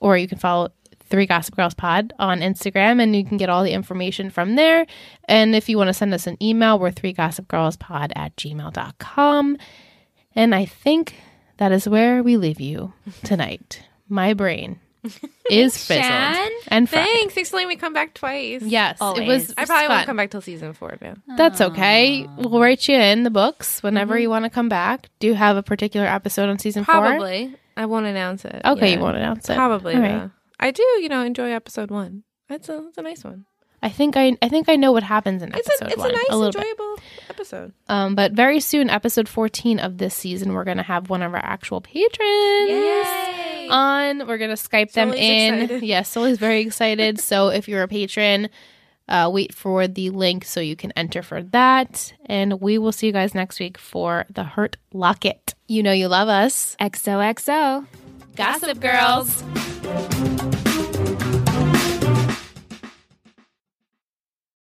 B: or you can follow Three Gossip Girls Pod on Instagram, and you can get all the information from there. And if you want to send us an email, we're Three Gossip Girls Pod at gmail.com. And I think that is where we leave you tonight. My brain is fizzled
A: Shan,
B: and fried.
C: Thanks. Explain. We come back twice.
B: Yes, it was.
A: Always.
C: I probably
B: fun.
C: won't come back till season four now.
B: That's okay. We'll write you in the books whenever
C: Mm-hmm.
B: you want to come back. Do you have a particular episode on season four?
C: Probably. I won't announce it.
B: Okay,
C: yet.
B: you won't announce it.
C: Probably.
B: All right.
C: though. I do, you know, enjoy episode one. That's a, that's a nice one.
B: I think I I think I know what happens in
C: It's
B: episode
C: a, it's
B: one.
C: a nice,
B: a little bit.
C: enjoyable episode.
B: Um, but very soon, episode fourteen of this season, we're gonna have one of our actual patrons on. We're gonna Skype them
C: Sully's
B: in.
C: excited.
B: Yes, Sully's very excited. so if you're a patron, uh, wait for the link so you can enter for that. And we will see you guys next week for the Hurt Locket. You know you love us.
A: XOXO.
B: Gossip Girls.